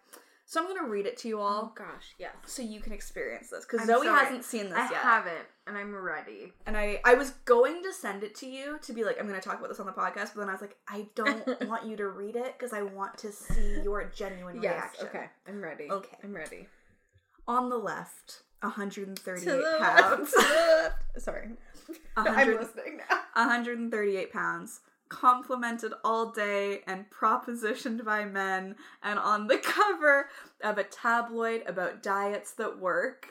Speaker 1: So I'm gonna read it to you all
Speaker 3: Oh, gosh, yes.
Speaker 1: so you can experience this because
Speaker 3: I'm
Speaker 1: Zoe
Speaker 3: sorry.
Speaker 1: hasn't seen this
Speaker 3: I
Speaker 1: yet.
Speaker 3: haven't, and I'm ready.
Speaker 1: And I, I was going to send it to you to be like, I'm gonna talk about this on the podcast, but then I was like, I don't want you to read it because I want to see your genuine reaction.
Speaker 3: I'm ready.
Speaker 1: Okay.
Speaker 3: I'm ready.
Speaker 1: On the left,
Speaker 3: To
Speaker 1: 138
Speaker 3: the
Speaker 1: pounds.
Speaker 3: left. Sorry.
Speaker 1: 100
Speaker 3: I'm listening now.
Speaker 1: 138 pounds, complimented all day and propositioned by men, and on the cover of a tabloid about diets that work.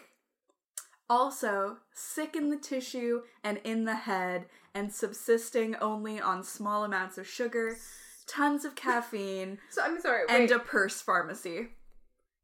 Speaker 1: Also, sick in the tissue and in the head, and subsisting only on small amounts of sugar, tons of caffeine,
Speaker 3: So I'm sorry.
Speaker 1: and
Speaker 3: Wait.
Speaker 1: a purse pharmacy.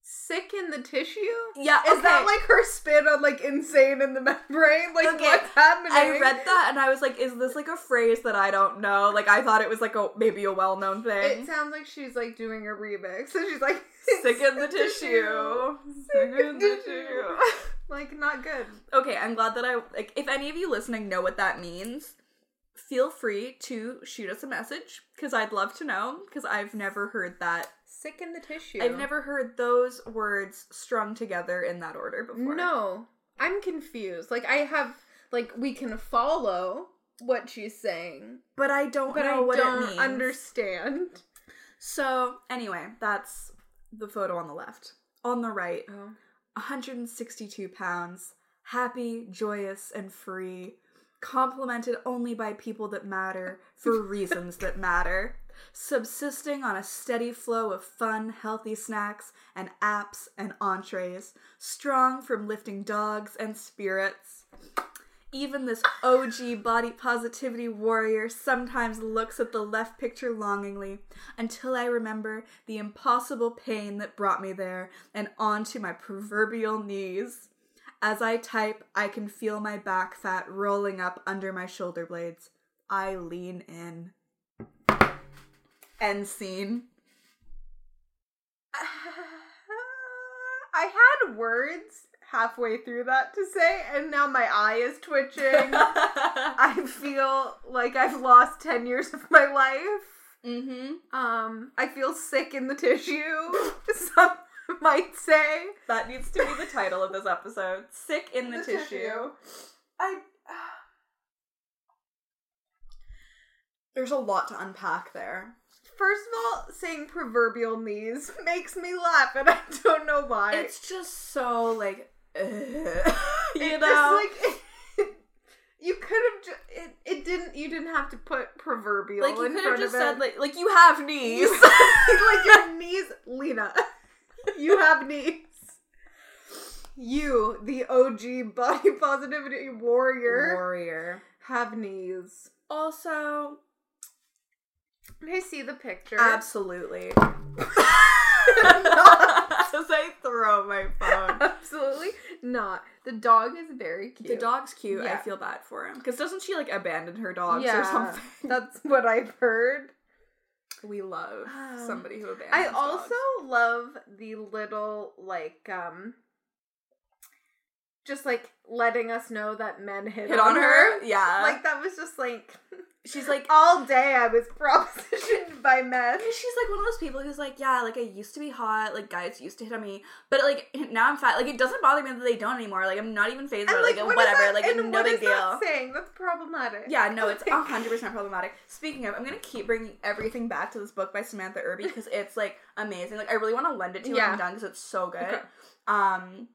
Speaker 3: sick in the tissue?
Speaker 1: Yeah,
Speaker 3: Is that
Speaker 1: okay.
Speaker 3: like her spin on like insane in the membrane? Like
Speaker 1: Okay,
Speaker 3: what's happening?
Speaker 1: I read that and I was like, is this like a phrase that I don't know? Like I thought it was like a maybe a well known thing.
Speaker 3: It sounds like she's like doing a remix. So she's like
Speaker 1: Sick in the tissue. Sick in the tissue.
Speaker 3: like not good.
Speaker 1: Okay, I'm glad that I like if any of you listening know what that means, feel free to shoot us a message cuz I'd love to know cuz I've never heard that.
Speaker 3: Sick in the tissue.
Speaker 1: I've never heard those words strung together in that order before.
Speaker 3: No. I'm confused. Like I have like we can follow what she's saying,
Speaker 1: But I don't
Speaker 3: but
Speaker 1: know
Speaker 3: I
Speaker 1: what
Speaker 3: don't
Speaker 1: it means.
Speaker 3: understand.
Speaker 1: so, anyway, that's the photo on the left. On the right,
Speaker 3: Oh.
Speaker 1: 162 pounds, happy, joyous, and free, complimented only by people that matter for reasons that matter, subsisting on a steady flow of fun, healthy snacks and apps and entrees, strong from lifting dogs and spirits. Even this OG body positivity warrior sometimes looks at the left picture longingly until I remember the impossible pain that brought me there and onto my proverbial knees. As I type, I can feel my back fat rolling up under my shoulder blades. I lean in. End scene.
Speaker 3: I had words halfway through that to say, and now my eye is twitching. I feel like I've lost 10 years of my life.
Speaker 1: mm-hmm.
Speaker 3: Um, I feel sick in the tissue, some might say.
Speaker 1: That needs to be the title of this episode. Sick in the, tissue.
Speaker 3: I
Speaker 1: There's a lot to unpack there.
Speaker 3: first of all, saying proverbial knees makes me laugh, and I don't know why.
Speaker 1: It's just so like, you
Speaker 3: It just,
Speaker 1: know,
Speaker 3: like you could have. Ju- it, it didn't. You didn't have to put proverbial.
Speaker 1: like you
Speaker 3: in
Speaker 1: could have
Speaker 3: front
Speaker 1: just
Speaker 3: of it.
Speaker 1: said like, like you have knees.
Speaker 3: You- like your knees, Lena. You have knees. You, the OG body positivity warrior,
Speaker 1: Warrior.
Speaker 3: have knees.
Speaker 1: Also,
Speaker 3: Can I see the picture?
Speaker 1: absolutely.
Speaker 3: Not-
Speaker 1: As I throw my phone.
Speaker 3: absolutely not. The dog is very cute.
Speaker 1: The dog's cute. I
Speaker 3: Yeah.
Speaker 1: feel bad for him because doesn't she like abandon her dogs
Speaker 3: Yeah,
Speaker 1: or something?
Speaker 3: That's what I've heard.
Speaker 1: We love
Speaker 3: Um,
Speaker 1: somebody who abandons.
Speaker 3: I
Speaker 1: dogs.
Speaker 3: also love the little like um just like letting us know that men hit,
Speaker 1: hit on her. Yeah, Um,
Speaker 3: Like that was just like
Speaker 1: she's like
Speaker 3: all day I was propositioned by men.
Speaker 1: Because she's like one of those people who's like, yeah, like I used to be hot, like guys used to hit on me, but like now I'm fat. Like it doesn't bother me that they don't anymore. Like I'm not even phased by
Speaker 3: And
Speaker 1: it. Like,
Speaker 3: like, what is
Speaker 1: whatever.
Speaker 3: that-
Speaker 1: like
Speaker 3: and
Speaker 1: no
Speaker 3: what
Speaker 1: big
Speaker 3: is
Speaker 1: deal.
Speaker 3: that saying that's problematic.
Speaker 1: Yeah, no, it's
Speaker 3: Like,
Speaker 1: hundred percent problematic. Speaking of, I'm gonna keep bringing everything back to this book by Samantha Irby because it's like amazing. Like I really want to lend it to you when
Speaker 3: Yeah.
Speaker 1: I'm done because it's so good.
Speaker 3: Okay.
Speaker 1: Um,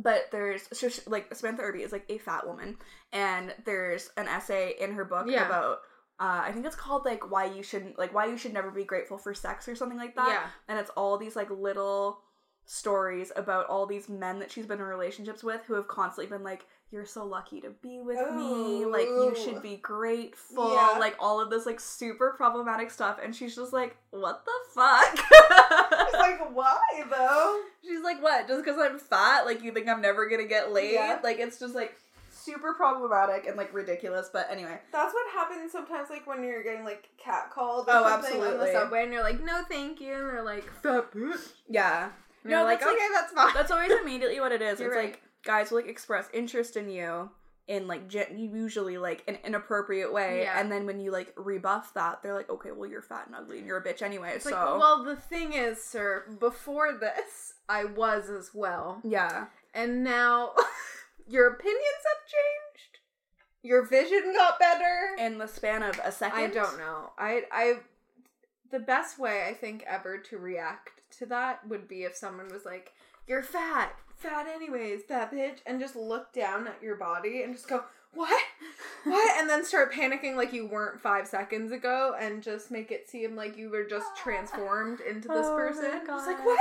Speaker 1: but there's so she, like Samantha Irby is like a fat woman, and there's an essay in her book
Speaker 3: Yeah.
Speaker 1: about. Uh, I think it's called like why you shouldn't like why you should never be grateful for sex or something like that.
Speaker 3: Yeah.
Speaker 1: And it's all these like little stories about all these men that she's been in relationships with who have constantly been like, You're so lucky to be with me. Like, you should
Speaker 3: Oh.
Speaker 1: be grateful.
Speaker 3: Yeah.
Speaker 1: Like, all of this, like, super problematic stuff. And she's just like, What the fuck?
Speaker 3: It's like why though?
Speaker 1: she's like, What? Just because I'm fat? Like, you think I'm never gonna get laid?
Speaker 3: Yeah.
Speaker 1: Like, it's just like super problematic and like ridiculous. But anyway,
Speaker 3: That's what happens sometimes like when you're getting like catcalled
Speaker 1: or something on the subway,
Speaker 3: and you're like, no thank you, and they're like, fat bitch.
Speaker 1: yeah.
Speaker 3: And no,
Speaker 1: No,
Speaker 3: you're like,
Speaker 1: that's, like-
Speaker 3: okay, that's fine.
Speaker 1: That's always immediately what it is.
Speaker 3: You're
Speaker 1: it's
Speaker 3: right.
Speaker 1: like guys will like express interest in you in like gen- usually like an inappropriate way,
Speaker 3: Yeah.
Speaker 1: and then when you like rebuff that, they're like, okay, well you're fat and ugly and you're a bitch anyway.
Speaker 3: It's
Speaker 1: so
Speaker 3: like, well, the thing is, sir, before this, I was as well.
Speaker 1: yeah,
Speaker 3: And now your opinions have changed. Your vision got better.
Speaker 1: in the span of a second,
Speaker 3: I don't know. I I the best way I think ever to react to that would be if someone was like, you're fat, fat anyways, fat bitch, and just look down at your body and just go, what? What? And then start panicking like you weren't five seconds ago and just make it seem like you were just transformed into this
Speaker 1: Oh my
Speaker 3: person. It's like,
Speaker 1: God.
Speaker 3: what?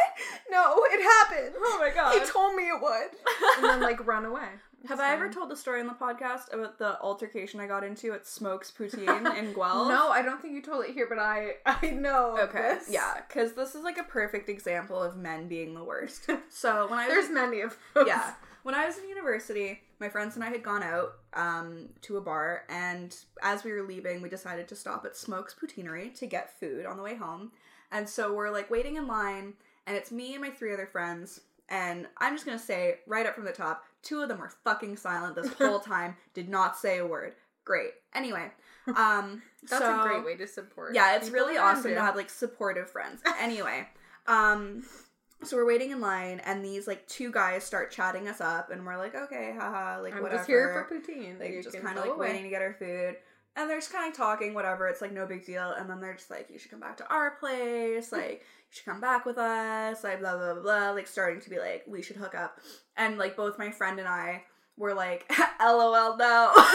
Speaker 3: No, it happened.
Speaker 1: Oh my god.
Speaker 3: He told me it would. And then, like, run away.
Speaker 1: Have
Speaker 3: It's
Speaker 1: I ever
Speaker 3: fine.
Speaker 1: told the story on the podcast about the altercation I got into at Smokes Poutine in Guelph?
Speaker 3: No, I don't think you told it here, but I I know. of
Speaker 1: Okay.
Speaker 3: this.
Speaker 1: Yeah, because this is like a perfect example of men being the worst. So when I was
Speaker 3: There's many of those.
Speaker 1: yeah when i was in university my friends and i had gone out um, to a bar and as we were leaving we decided to stop at smokes poutinery to get food on the way home and so we're like waiting in line and it's me and my three other friends and i'm just gonna say right up from the top two of them were fucking silent this whole time did not say a word great anyway um
Speaker 3: That's
Speaker 1: so-
Speaker 3: a great way to support.
Speaker 1: yeah, it's
Speaker 3: people
Speaker 1: really
Speaker 3: around
Speaker 1: awesome
Speaker 3: you.
Speaker 1: to have like supportive friends. Anyway, um so we're waiting in line and these like two guys start chatting us up and we're like, "Okay, haha, like
Speaker 3: I'm
Speaker 1: whatever."
Speaker 3: just here for poutine.
Speaker 1: like
Speaker 3: You
Speaker 1: just
Speaker 3: can
Speaker 1: kind of
Speaker 3: go
Speaker 1: like
Speaker 3: away.
Speaker 1: waiting to get our food. And they're just kind of talking whatever. It's like no big deal. And then they're just like, "You should come back to our place." Like you should come back with us, like blah blah blah, blah, like starting to be like, we should hook up. And like both my friend and I were like, LOL no.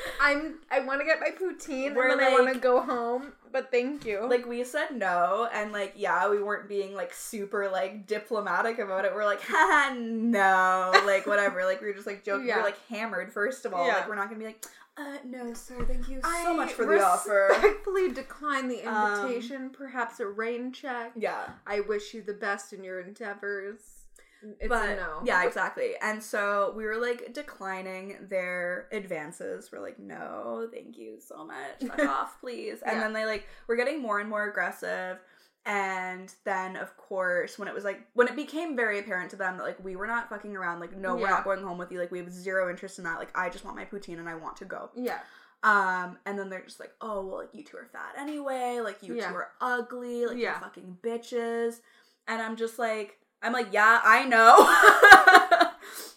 Speaker 3: I'm. I want to get my poutine,
Speaker 1: We're
Speaker 3: and then I want to
Speaker 1: like-
Speaker 3: go home. But thank you.
Speaker 1: like we said no and like yeah we weren't being like super like diplomatic about it we're like haha no like whatever like we were just like joking we
Speaker 3: Yeah.
Speaker 1: are like hammered first of all
Speaker 3: Yeah.
Speaker 1: like we're not gonna be like uh no sir thank you so
Speaker 3: I
Speaker 1: much for the offer
Speaker 3: Respectfully decline the
Speaker 1: Um,
Speaker 3: invitation. perhaps a rain check.
Speaker 1: yeah
Speaker 3: I wish you the best in your endeavors. It's
Speaker 1: but
Speaker 3: a no.
Speaker 1: yeah exactly and so we were like declining their advances we're like no thank you so much fuck off please and
Speaker 3: Yeah.
Speaker 1: then they like were getting more and more aggressive and then of course when it was like when it became very apparent to them that like we were not fucking around like no we're
Speaker 3: Yeah.
Speaker 1: not going home with you like we have zero interest in that like i just want my poutine and i want to go
Speaker 3: Yeah.
Speaker 1: um and then they're just like oh well like you two are fat anyway like you
Speaker 3: Yeah.
Speaker 1: two are ugly like
Speaker 3: Yeah.
Speaker 1: you're fucking bitches and i'm just like i'm like yeah i know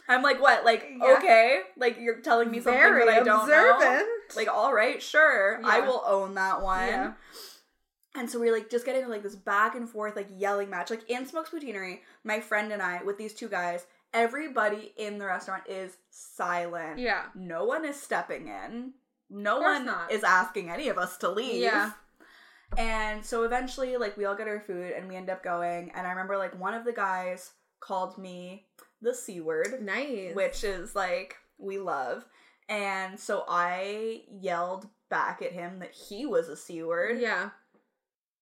Speaker 1: i'm like what like
Speaker 3: Yeah.
Speaker 1: okay like you're telling me something
Speaker 3: Very
Speaker 1: that i don't know
Speaker 3: observant.
Speaker 1: like all right sure i
Speaker 3: Yeah.
Speaker 1: will own that one
Speaker 3: Yeah.
Speaker 1: and so we were like just getting into like this back and forth like yelling match like in smokes poutineery my friend and i with these two guys everybody in the restaurant is silent
Speaker 3: Yeah.
Speaker 1: no one is stepping in. No
Speaker 3: Of course
Speaker 1: one
Speaker 3: not.
Speaker 1: is asking any of us to leave.
Speaker 3: Yeah.
Speaker 1: And so eventually, like, we all get our food and we end up going. And I remember, like, one of the guys called me the C word,
Speaker 3: Nice.
Speaker 1: which is like, we love. And so I yelled back at him that he was a C word.
Speaker 3: Yeah.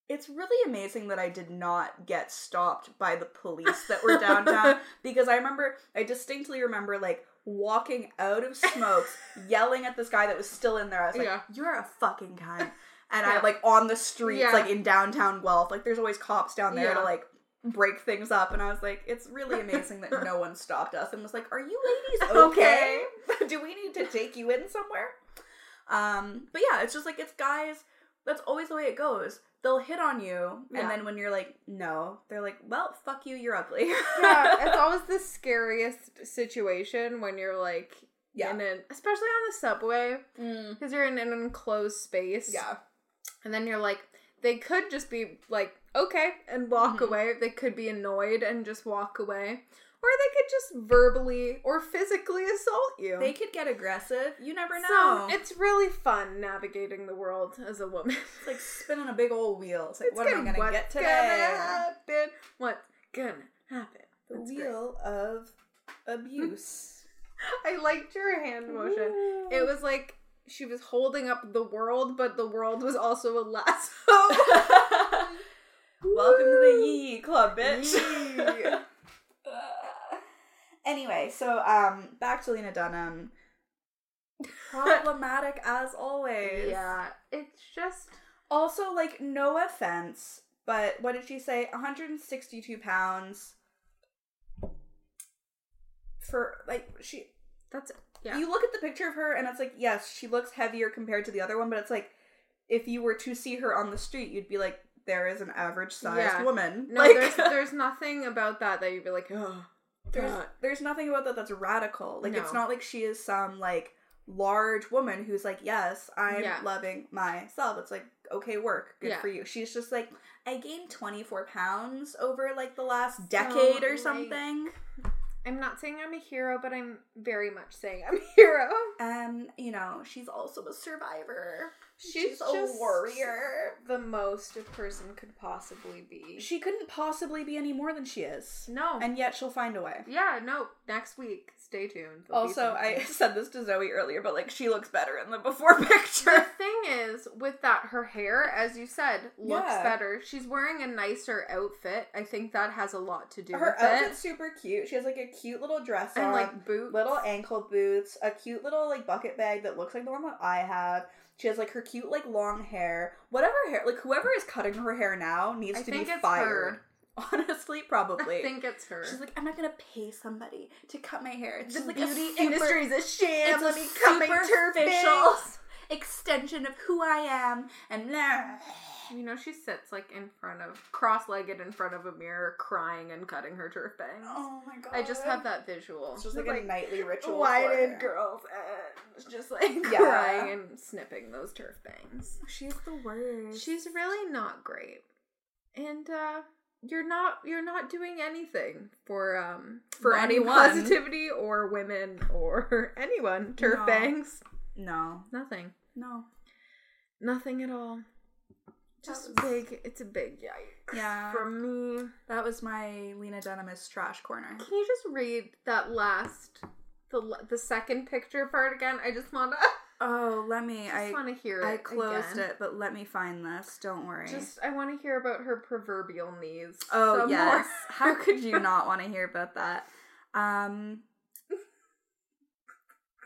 Speaker 1: It's really amazing that I did not get stopped by the police that were downtown because I remember, I distinctly remember like walking out of smokes, yelling at this guy that was still in there. I was like,
Speaker 3: Yeah.
Speaker 1: "You're a fucking cunt," and
Speaker 3: Yeah.
Speaker 1: I like on the streets,
Speaker 3: Yeah.
Speaker 1: like in downtown Guelph, like there's always cops down there
Speaker 3: Yeah.
Speaker 1: to like break things up, and I was like, "It's really amazing that no one stopped us and was like, "Are you ladies okay? Do we need to take you in somewhere?" Um, but yeah, it's just like it's guys. That's always the way it goes. They'll hit on you,
Speaker 3: Yeah.
Speaker 1: and then when you're like, no, they're like, well, fuck you, you're ugly.
Speaker 3: yeah, it's always the scariest situation when you're like
Speaker 1: Yeah.
Speaker 3: in an especially on the subway because you're in an enclosed space.
Speaker 1: Mm, Yeah.
Speaker 3: and then you're like they could just be like okay and walk
Speaker 1: Mhm.
Speaker 3: away. They could be annoyed and just walk away, or they could just verbally or physically assault you.
Speaker 1: They could get aggressive. You never know.
Speaker 3: so it's really fun navigating the world as a woman.
Speaker 1: It's like spinning a big old wheel. It's like,
Speaker 3: It's
Speaker 1: what am I gonna
Speaker 3: what's
Speaker 1: get today?
Speaker 3: Gonna happen? What's gonna happen?
Speaker 1: The
Speaker 3: That's great.
Speaker 1: wheel of abuse.
Speaker 3: I liked your hand motion. It was like she was holding up the world, but the world was also a lasso.
Speaker 1: Welcome to the Yee Club, bitch.
Speaker 3: Yee.
Speaker 1: anyway, so um, back to Lena Dunham. Problematic as always.
Speaker 3: Yeah, it's just
Speaker 1: Also, like, no offense, but what did she say? 162 pounds for, like, she.
Speaker 3: that's yeah.
Speaker 1: You look at the picture of her and it's like, yes, she looks heavier compared to the other one, but it's like, if you were to see her on the street, you'd be like, there is an average sized
Speaker 3: Yeah.
Speaker 1: woman.
Speaker 3: no,
Speaker 1: like,
Speaker 3: there's there's nothing about that that you'd be like, oh,
Speaker 1: there's,
Speaker 3: God.
Speaker 1: there's nothing about that that's radical. Like, it's
Speaker 3: No.
Speaker 1: not like she is some, like, large woman who's like, Yes, I'm
Speaker 3: Yeah.
Speaker 1: loving myself. It's like, okay, work. Good
Speaker 3: Yeah.
Speaker 1: for you. She's just like, I gained 24 pounds over like the last decade or
Speaker 3: like-
Speaker 1: something.
Speaker 3: I'm not saying I'm a hero, but I'm very much saying I'm a hero.
Speaker 1: And, you know, she's also a survivor.
Speaker 3: She's
Speaker 1: a
Speaker 3: just-
Speaker 1: warrior.
Speaker 3: The most a person could possibly be.
Speaker 1: She couldn't possibly be any more than she is.
Speaker 3: no.
Speaker 1: And yet she'll find a way.
Speaker 3: yeah, no. Next week, stay tuned. There'll be
Speaker 1: Also, I
Speaker 3: something.
Speaker 1: said this to Zoe earlier, but like she looks better in the before picture.
Speaker 3: The thing is, with that, her hair, as you said, looks
Speaker 1: Yeah.
Speaker 3: better. She's wearing a nicer outfit. I think that has a lot to do
Speaker 1: Her
Speaker 3: with
Speaker 1: outfit's
Speaker 3: it.
Speaker 1: super cute. She has like a cute little dress
Speaker 3: And
Speaker 1: on,
Speaker 3: like boots,
Speaker 1: little ankle boots, a cute little like bucket bag that looks like the one that I have. She has like her cute like long hair. Whatever hair, like whoever is cutting her hair now needs
Speaker 3: I
Speaker 1: to
Speaker 3: think
Speaker 1: be
Speaker 3: it's
Speaker 1: fired.
Speaker 3: her.
Speaker 1: Honestly, probably.
Speaker 3: I think it's her.
Speaker 1: She's like, I'm not gonna pay somebody to cut my hair. It's
Speaker 3: The
Speaker 1: just like
Speaker 3: beauty
Speaker 1: a super,
Speaker 3: industry's
Speaker 1: a sham.
Speaker 3: It's
Speaker 1: Let
Speaker 3: a
Speaker 1: me cut my
Speaker 3: superficial-
Speaker 1: turf extension of who I am, and blah.
Speaker 3: You know, she sits like in front of, cross legged in front of a mirror, crying and cutting her turf bangs.
Speaker 1: oh my god.
Speaker 3: I just have that visual.
Speaker 1: It's just like, a nightly ritual.
Speaker 3: why
Speaker 1: for
Speaker 3: did
Speaker 1: her.
Speaker 3: girls end? Just like
Speaker 1: Yeah.
Speaker 3: crying and snipping those turf bangs.
Speaker 1: She's the worst.
Speaker 3: She's really not great. And uh you're not you're not doing anything for um
Speaker 1: For
Speaker 3: body
Speaker 1: anyone.
Speaker 3: positivity or women or anyone. Turf
Speaker 1: No.
Speaker 3: bangs.
Speaker 1: no,
Speaker 3: Nothing.
Speaker 1: no.
Speaker 3: Nothing at all. Just
Speaker 1: was-
Speaker 3: big it's a big yikes.
Speaker 1: Yeah.
Speaker 3: From me.
Speaker 1: That was my Lena Dunham's trash corner.
Speaker 3: Can you just read that last the la- the second picture part again? I just wanna
Speaker 1: Oh, let me.
Speaker 3: I
Speaker 1: I
Speaker 3: just wanna hear it.
Speaker 1: I closed
Speaker 3: again.
Speaker 1: it, but let me find this. Don't worry.
Speaker 3: Just I wanna hear about her proverbial knees.
Speaker 1: oh
Speaker 3: some
Speaker 1: yes.
Speaker 3: more.
Speaker 1: How could you not want to hear about that? Um,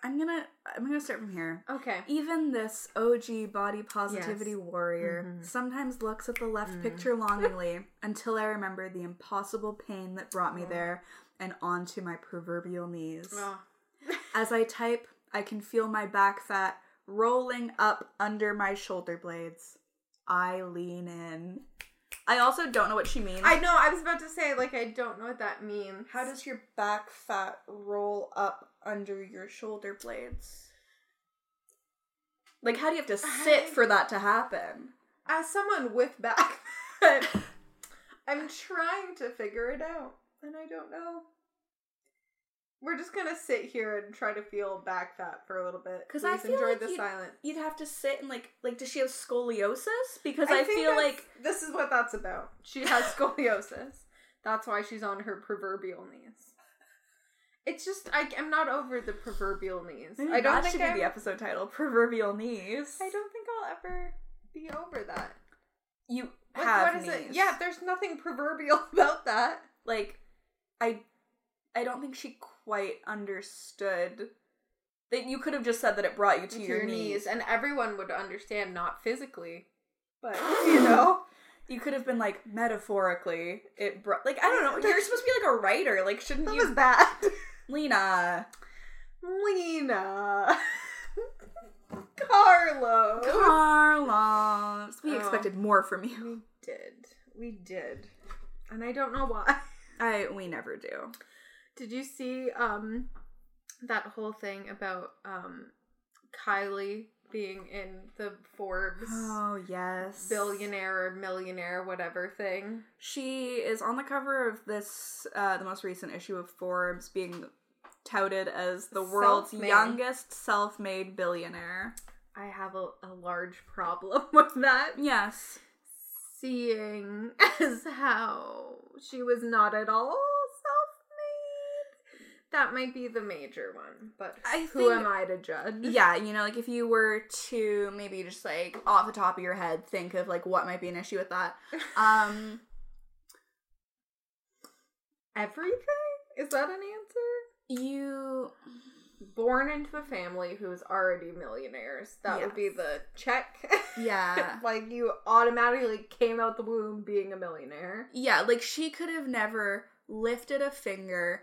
Speaker 1: I'm gonna I'm gonna start from here.
Speaker 3: Okay.
Speaker 1: Even this OG body positivity
Speaker 3: Yes.
Speaker 1: warrior
Speaker 3: Mhm.
Speaker 1: sometimes looks at the left
Speaker 3: Mm.
Speaker 1: picture longingly until I remember the impossible pain that brought me
Speaker 3: Oh.
Speaker 1: there and onto my proverbial knees.
Speaker 3: Oh.
Speaker 1: As I type, I can feel my back fat rolling up under my shoulder blades. I lean in. I also don't know what she means.
Speaker 3: I know. I was about to say, like, I don't know what that means.
Speaker 1: How does your back fat roll up under your shoulder blades? Like, how do you have to sit
Speaker 3: I-
Speaker 1: for that to happen?
Speaker 3: as someone with back, fat, I'm trying to figure it out, and I don't know. We're just gonna sit here and try to feel back fat for a little bit.
Speaker 1: 'Cause I
Speaker 3: Please
Speaker 1: feel
Speaker 3: enjoy
Speaker 1: like
Speaker 3: the
Speaker 1: you'd-
Speaker 3: silence.
Speaker 1: You'd have to sit and like, like, does she have scoliosis? Because
Speaker 3: I
Speaker 1: I,
Speaker 3: think
Speaker 1: feel
Speaker 3: that's-
Speaker 1: like
Speaker 3: this is what that's about. She has scoliosis. That's why she's on her proverbial knees. It's just I, I'm not over the proverbial knees. I don't think I'm,
Speaker 1: episode title. Proverbial knees.
Speaker 3: I don't think I'll ever be over that.
Speaker 1: You
Speaker 3: Like,
Speaker 1: have
Speaker 3: what is
Speaker 1: knees.
Speaker 3: it? Yeah, there's nothing proverbial about that.
Speaker 1: like i i don't think she quite understood that you could have just said that it brought you to, your, knees.
Speaker 3: and everyone would understand, not physically, but
Speaker 1: you know you could have been like metaphorically it brought like i don't know you're supposed to be like a writer like shouldn't
Speaker 3: that
Speaker 1: you
Speaker 3: was bad.
Speaker 1: lena
Speaker 3: Lena, Carlo,
Speaker 1: carlos we
Speaker 3: Oh.
Speaker 1: expected more from you
Speaker 3: we did, we did, and I don't know why.
Speaker 1: i we never do
Speaker 3: Did you see um that whole thing about um Kylie being in the Forbes?
Speaker 1: Oh, yes
Speaker 3: Billionaire or millionaire, whatever thing.
Speaker 1: She is on the cover of this, uh, the most recent issue of Forbes, being touted as the world's
Speaker 3: Self-made.
Speaker 1: youngest self made billionaire.
Speaker 3: I have a, a large problem with that.
Speaker 1: Yes.
Speaker 3: Seeing as how she was not at all self made. That might be the major one, but
Speaker 1: I
Speaker 3: who
Speaker 1: think-
Speaker 3: am I to judge?
Speaker 1: Yeah, you know, like if you were to maybe just like off the top of your head think of like what might be an issue with that. Um,
Speaker 3: Everything? Is that an answer?
Speaker 1: you.
Speaker 3: Born into a family who's already millionaires. That would be
Speaker 1: Yes.
Speaker 3: the check.
Speaker 1: Yeah.
Speaker 3: like you automatically came out the womb being a millionaire.
Speaker 1: Yeah, like she could have never lifted a finger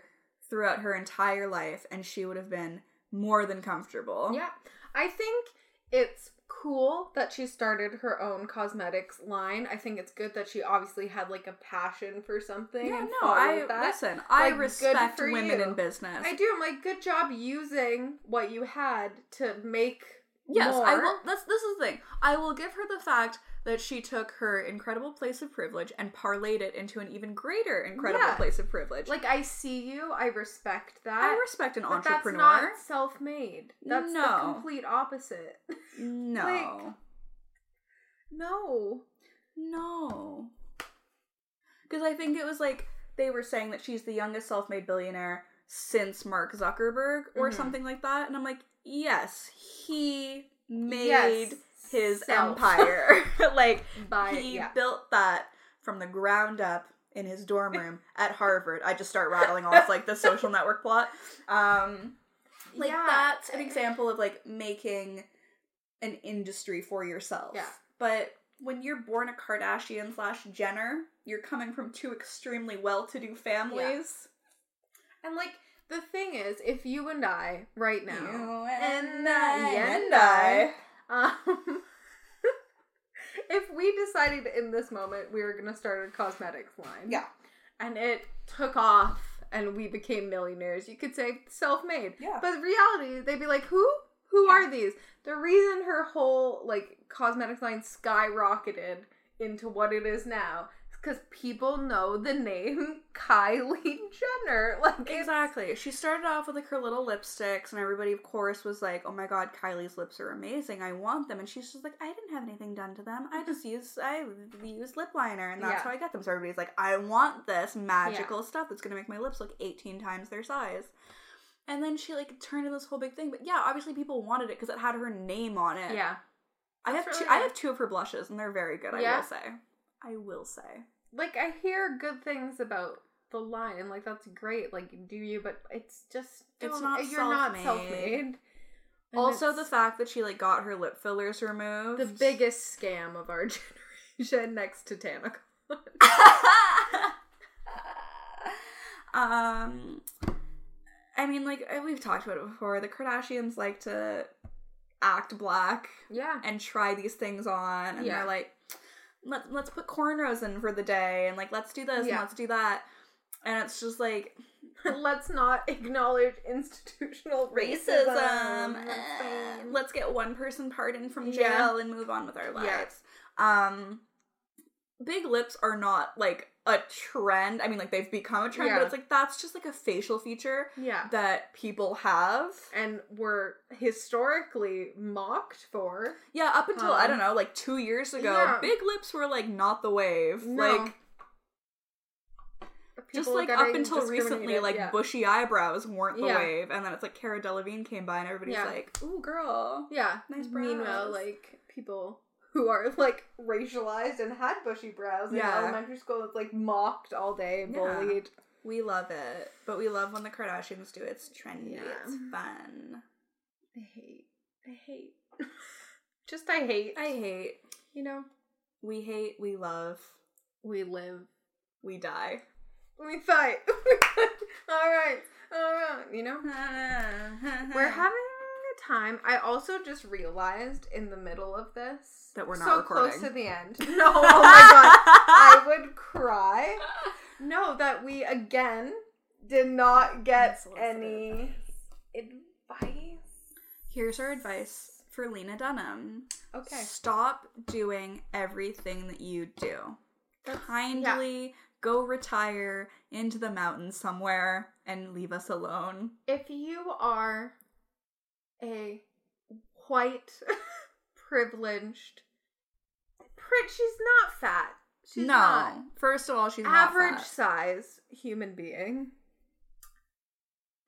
Speaker 1: throughout her entire life and she would have been more than comfortable.
Speaker 3: Yeah. I think it's cool that she started her own cosmetics line. I think it's good that she obviously had like a passion for something.
Speaker 1: Yeah,
Speaker 3: and
Speaker 1: no, I
Speaker 3: followed that.
Speaker 1: listen. I
Speaker 3: Like, good
Speaker 1: respect
Speaker 3: for
Speaker 1: women
Speaker 3: you.
Speaker 1: in business.
Speaker 3: I do. I'm like, good job using what you had to make.
Speaker 1: Yes, I
Speaker 3: more.
Speaker 1: will. That's this is the thing. I will give her the fact that she took her incredible place of privilege and parlayed it into an even greater incredible
Speaker 3: Yeah.
Speaker 1: place of privilege.
Speaker 3: Like, I see you. I respect that.
Speaker 1: I respect an
Speaker 3: but
Speaker 1: entrepreneur.
Speaker 3: That's not self-made. That's
Speaker 1: No.
Speaker 3: the complete opposite.
Speaker 1: no,
Speaker 3: like- no.
Speaker 1: no, because I think it was like they were saying that she's the youngest self-made billionaire since Mark Zuckerberg or
Speaker 3: Mhm.
Speaker 1: something like that, and I'm like, yes, he made
Speaker 3: Yes,
Speaker 1: his
Speaker 3: self.
Speaker 1: empire. like
Speaker 3: By
Speaker 1: he
Speaker 3: yeah.
Speaker 1: built that from the ground up in his dorm room at Harvard. I just start rattling off like the social network plot. Um, like
Speaker 3: Yeah. Eh.
Speaker 1: that's an example of like making an industry for yourself.
Speaker 3: Yeah.
Speaker 1: But when you're born a Kardashian slash Jenner, you're coming from two extremely well-to-do families.
Speaker 3: And like the thing is, if you and I right now
Speaker 1: and,
Speaker 3: And I.
Speaker 1: and I.
Speaker 3: Um, if we decided in this moment we were going to start a cosmetics line,
Speaker 1: Yeah.
Speaker 3: and it took off and we became millionaires, you could say self-made.
Speaker 1: Yeah.
Speaker 3: But in reality, they'd be like, "Who? Who are these?" The reason her whole like cosmetics line skyrocketed into what it is now is because people know the name Kylie Jenner. Like it's-
Speaker 1: Exactly. She started off with like her little lipsticks, and everybody, of course, was like, "Oh my god, Kylie's lips are amazing. I want them." And she's just like, "I didn't have anything done to them. I just use I use lip liner, and that's
Speaker 3: Yeah.
Speaker 1: how I got them." So everybody's like, "I want this magical stuff that's gonna make my lips look eighteen times their size." And then she like turned into this whole big thing. But yeah, obviously people wanted it because it had her name on it.
Speaker 3: Yeah.
Speaker 1: I have
Speaker 3: That's
Speaker 1: two,
Speaker 3: really
Speaker 1: I
Speaker 3: nice.
Speaker 1: have two of her blushes, and they're very good. I
Speaker 3: Yeah?
Speaker 1: will say. I will say.
Speaker 3: like I hear good things about the line, and like that's great. Like do you? But it's just
Speaker 1: It's
Speaker 3: don't-
Speaker 1: not
Speaker 3: You're not
Speaker 1: self-made.
Speaker 3: self-made. And
Speaker 1: also, the
Speaker 3: it's
Speaker 1: fact that she like got her lip fillers removed.
Speaker 3: the biggest scam of our generation, next to Tanaka.
Speaker 1: um I mean like we've talked about it before the Kardashians like to act black
Speaker 3: Yeah,
Speaker 1: and try these things on and
Speaker 3: Yeah.
Speaker 1: they're like Let, let's put cornrows in for the day and like let's do this
Speaker 3: Yeah.
Speaker 1: and let's do that and it's just like
Speaker 3: let's not acknowledge institutional racism.
Speaker 1: racism
Speaker 3: That's
Speaker 1: eh,
Speaker 3: fine.
Speaker 1: let's get one person pardoned from jail
Speaker 3: Yeah.
Speaker 1: and move on with our
Speaker 3: Yeah.
Speaker 1: lives um big lips are not like a trend i mean like they've become a trend
Speaker 3: Yeah.
Speaker 1: but it's like that's just like a facial feature
Speaker 3: yeah,
Speaker 1: that people have.
Speaker 3: and we're historically mocked for.
Speaker 1: Yeah, up until I
Speaker 3: Um,
Speaker 1: don't know, like two years ago,
Speaker 3: yeah.
Speaker 1: big lips were like not the wave.
Speaker 3: No.
Speaker 1: like just
Speaker 3: People
Speaker 1: like
Speaker 3: getting
Speaker 1: up until recently,
Speaker 3: discriminated,
Speaker 1: like
Speaker 3: yeah.
Speaker 1: bushy eyebrows weren't the
Speaker 3: Yeah.
Speaker 1: wave, and then it's like Cara Delevingne came by, and everybody's
Speaker 3: Yeah.
Speaker 1: like, "Ooh, girl."
Speaker 3: Yeah.
Speaker 1: Nice
Speaker 3: Meanwhile,
Speaker 1: brows.
Speaker 3: like people who are like racialized and had bushy brows
Speaker 1: Yeah.
Speaker 3: in elementary school, it's like mocked all day and
Speaker 1: Yeah.
Speaker 3: bullied.
Speaker 1: We love it, but we love when the Kardashians do it. It's trendy.
Speaker 3: Yeah.
Speaker 1: It's fun.
Speaker 3: I hate. I hate. Just I hate.
Speaker 1: I hate.
Speaker 3: You know.
Speaker 1: We hate. We love.
Speaker 3: We live.
Speaker 1: We die.
Speaker 3: We fight. all right. All right. You know. We're
Speaker 1: We're
Speaker 3: having a time. I also just realized in the middle of this
Speaker 1: That we're not
Speaker 3: so
Speaker 1: recording.
Speaker 3: close to the end. No. Oh my god. I would cry. No, that we again did not get
Speaker 1: Unsolicited
Speaker 3: any advice.
Speaker 1: Here's our advice for Lena Dunham.
Speaker 3: Okay.
Speaker 1: Stop doing everything that you do. Kindly go retire into the mountains somewhere and leave us alone.
Speaker 3: If you are a white, privileged, pr- she's not fat. She's
Speaker 1: no.
Speaker 3: not.
Speaker 1: First of all, she's not
Speaker 3: average
Speaker 1: fat.
Speaker 3: size human being.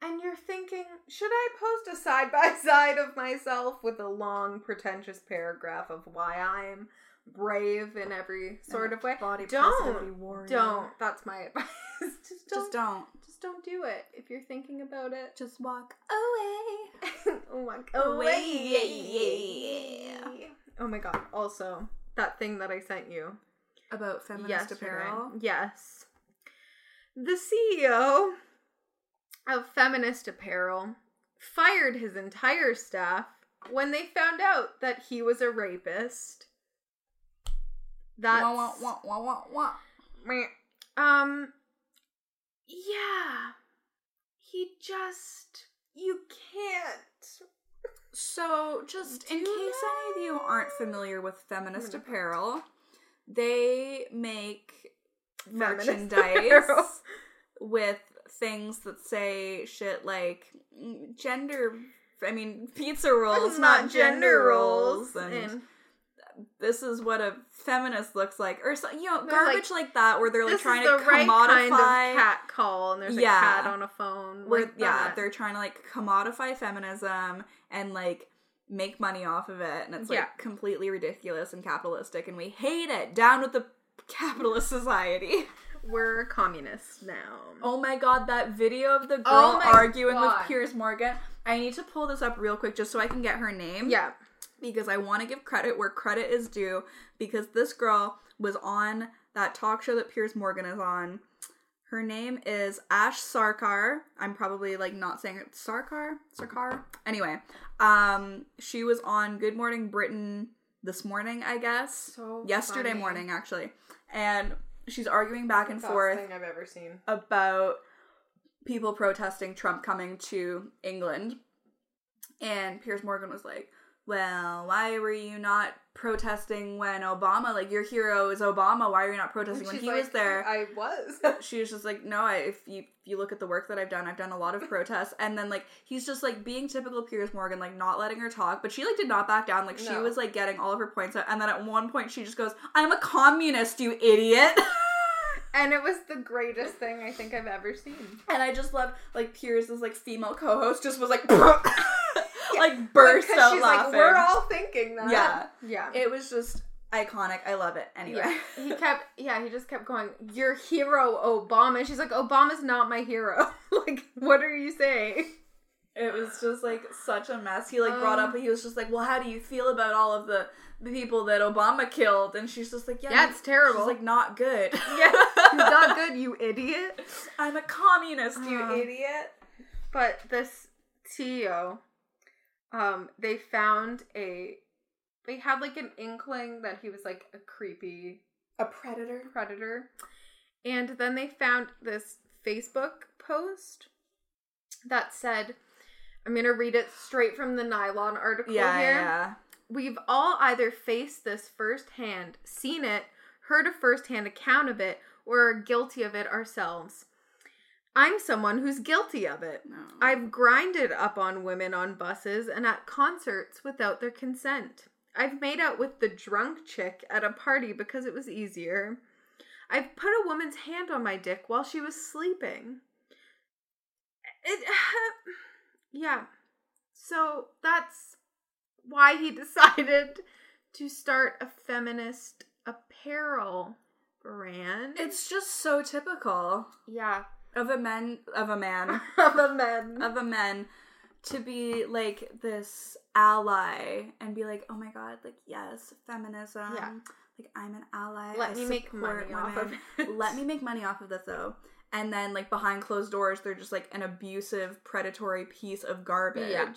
Speaker 3: And you're thinking, should I post a side by side of myself with a long, pretentious paragraph of why I'm brave in every sort of way?
Speaker 1: Body
Speaker 3: Don't.
Speaker 1: positivity warrior.
Speaker 3: Don't. That's my advice. just, don't,
Speaker 1: Just
Speaker 3: just
Speaker 1: don't.
Speaker 3: don't. do it if you're thinking about it.
Speaker 1: Just walk away.
Speaker 3: oh my
Speaker 1: Away.
Speaker 3: Oh my god. Also, that thing that I sent you.
Speaker 1: About feminist
Speaker 3: Yesterday.
Speaker 1: apparel.
Speaker 3: Yes. The E CEO of Feminist Apparel fired his entire staff when they found out that he was a rapist, that's
Speaker 1: Wah, wah, wah, wah, wah, wah.
Speaker 3: Meh. Um, yeah, he just you can't.
Speaker 1: So, just in
Speaker 3: Do
Speaker 1: case any of you aren't familiar with feminist
Speaker 3: Hmm.
Speaker 1: apparel, they make
Speaker 3: Feminist
Speaker 1: merchandise
Speaker 3: apparel.
Speaker 1: with things that say shit like mm, gender. I mean, pizza rolls, not, gender rolls, and, this is what a feminist looks like, or so, you know,
Speaker 3: They're like,
Speaker 1: garbage like, that, where they're like
Speaker 3: this
Speaker 1: trying
Speaker 3: is the
Speaker 1: to
Speaker 3: right
Speaker 1: commodify
Speaker 3: kind of cat call, and there's
Speaker 1: Yeah.
Speaker 3: a cat on a phone.
Speaker 1: where
Speaker 3: like
Speaker 1: yeah
Speaker 3: that.
Speaker 1: they're trying to like commodify feminism and like make money off of it and it's like
Speaker 3: Yeah.
Speaker 1: completely ridiculous and capitalistic and we hate it down with the capitalist society
Speaker 3: we're communists now.
Speaker 1: oh my god that video of the girl
Speaker 3: Oh my
Speaker 1: arguing
Speaker 3: God.
Speaker 1: with piers morgan i need to pull this up real quick just so i can get her name
Speaker 3: Yeah,
Speaker 1: because i want to give credit where credit is due because this girl was on that talk show that piers morgan is on her name is Ash Sarkar. I'm probably like not saying it. Sarkar? Sarkar? Anyway, um, she was on Good Morning Britain this morning, I guess.
Speaker 3: So
Speaker 1: Yesterday
Speaker 3: funny.
Speaker 1: morning, actually. And she's arguing back and forth
Speaker 3: I've ever seen.
Speaker 1: about people protesting Trump coming to England. And Piers Morgan was like, Well, why were you not protesting when Obama, like your hero is Obama, why are you not protesting when he was there?
Speaker 3: I was.
Speaker 1: she was just like, no, I, if you if you look at the work that I've done, I've done a lot of protests, and then like he's just like being typical Piers Morgan, like not letting her talk, but she like did not back down, like she
Speaker 3: No.
Speaker 1: was like getting all of her points out, and then at one point she just goes, "I'm a communist, you idiot,"
Speaker 3: and it was the greatest thing I think I've ever seen.
Speaker 1: and I just love like Piers's like female co-host just was like, like burst
Speaker 3: Because
Speaker 1: out
Speaker 3: she's
Speaker 1: laughing.
Speaker 3: like, we're all thinking that.
Speaker 1: Yeah.
Speaker 3: Yeah.
Speaker 1: it was just iconic. I love it. Anyway,
Speaker 3: Yeah. He kept yeah, he just kept going, Your hero, Obama. And she's like, Obama's not my hero. like, what are you saying?
Speaker 1: It was just like such a mess. He like brought
Speaker 3: Um,
Speaker 1: up, he was just like, "Well, how do you feel about all of the, the people that Obama killed?" And she's just like, "Yeah,
Speaker 3: Yeah, it's terrible.
Speaker 1: She's like, "Not good."
Speaker 3: yeah. He's not good, you idiot.
Speaker 1: I'm a communist, you
Speaker 3: Uh.
Speaker 1: idiot.
Speaker 3: But this CEO, um, they found a they had like an inkling that he was like a creepy
Speaker 1: A predator.
Speaker 3: predator. And then they found this Facebook post that said, I'm going to read it straight from the nylon article
Speaker 1: Yeah,
Speaker 3: here.
Speaker 1: yeah.
Speaker 3: We've all either faced this firsthand, seen it, heard a firsthand account of it, or are guilty of it ourselves. I'm someone who's guilty of it.
Speaker 1: No.
Speaker 3: I've grinded up on women on buses and at concerts without their consent. I've made out with the drunk chick at a party because it was easier. I've put a woman's hand on my dick while she was sleeping. It, yeah. So that's why he decided to start a feminist apparel brand.
Speaker 1: It's just so typical
Speaker 3: yeah,
Speaker 1: of a men of a man
Speaker 3: of a men.
Speaker 1: of a men to be like this ally and be like, "Oh my god, like yes, feminism.
Speaker 3: Yeah.
Speaker 1: Like I'm an ally. I
Speaker 3: Let me make
Speaker 1: support
Speaker 3: money off of
Speaker 1: women."
Speaker 3: it.
Speaker 1: let me make money off of this though and then like behind closed doors they're just like an abusive predatory piece of garbage
Speaker 3: Yeah.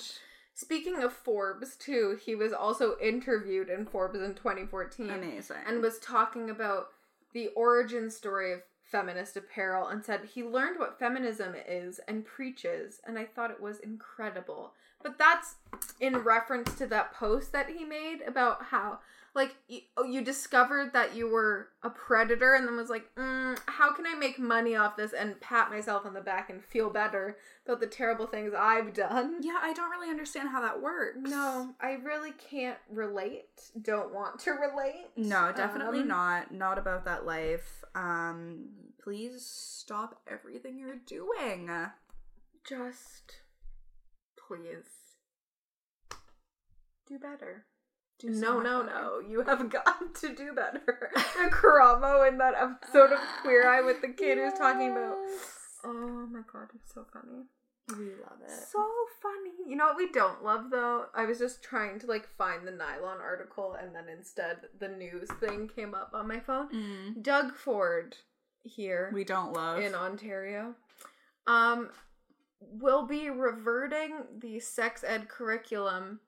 Speaker 3: Speaking of Forbes, too, he was also interviewed in Forbes in 2014
Speaker 1: amazing
Speaker 3: and was talking about the origin story of feminist apparel and said he learned what feminism is and preaches, and I thought it was incredible. But that's in reference to that post that he made about how, like, you, oh, you discovered that you were a predator and then was like, mm, how can I make money off this and pat myself on the back and feel better about the terrible things I've done?
Speaker 1: yeah i don't really understand how that works
Speaker 3: No, I really can't relate. Don't want to relate.
Speaker 1: no definitely
Speaker 3: Um,
Speaker 1: not not about that life um please stop everything you're doing
Speaker 3: Just please do better.
Speaker 1: Do
Speaker 3: no,
Speaker 1: so
Speaker 3: no,
Speaker 1: much better.
Speaker 3: no. You have got to do better. the Karamo in that episode of Queer Eye with the kid who's talking about.
Speaker 1: Yes.
Speaker 3: Oh my god, it's so funny.
Speaker 1: we love it
Speaker 3: So funny. You know what we don't love though? I was just trying to like find the nylon article and then instead the news thing came up on my phone.
Speaker 1: Mm.
Speaker 3: Doug Ford here
Speaker 1: we don't love
Speaker 3: in Ontario, um, will be reverting the sex ed curriculum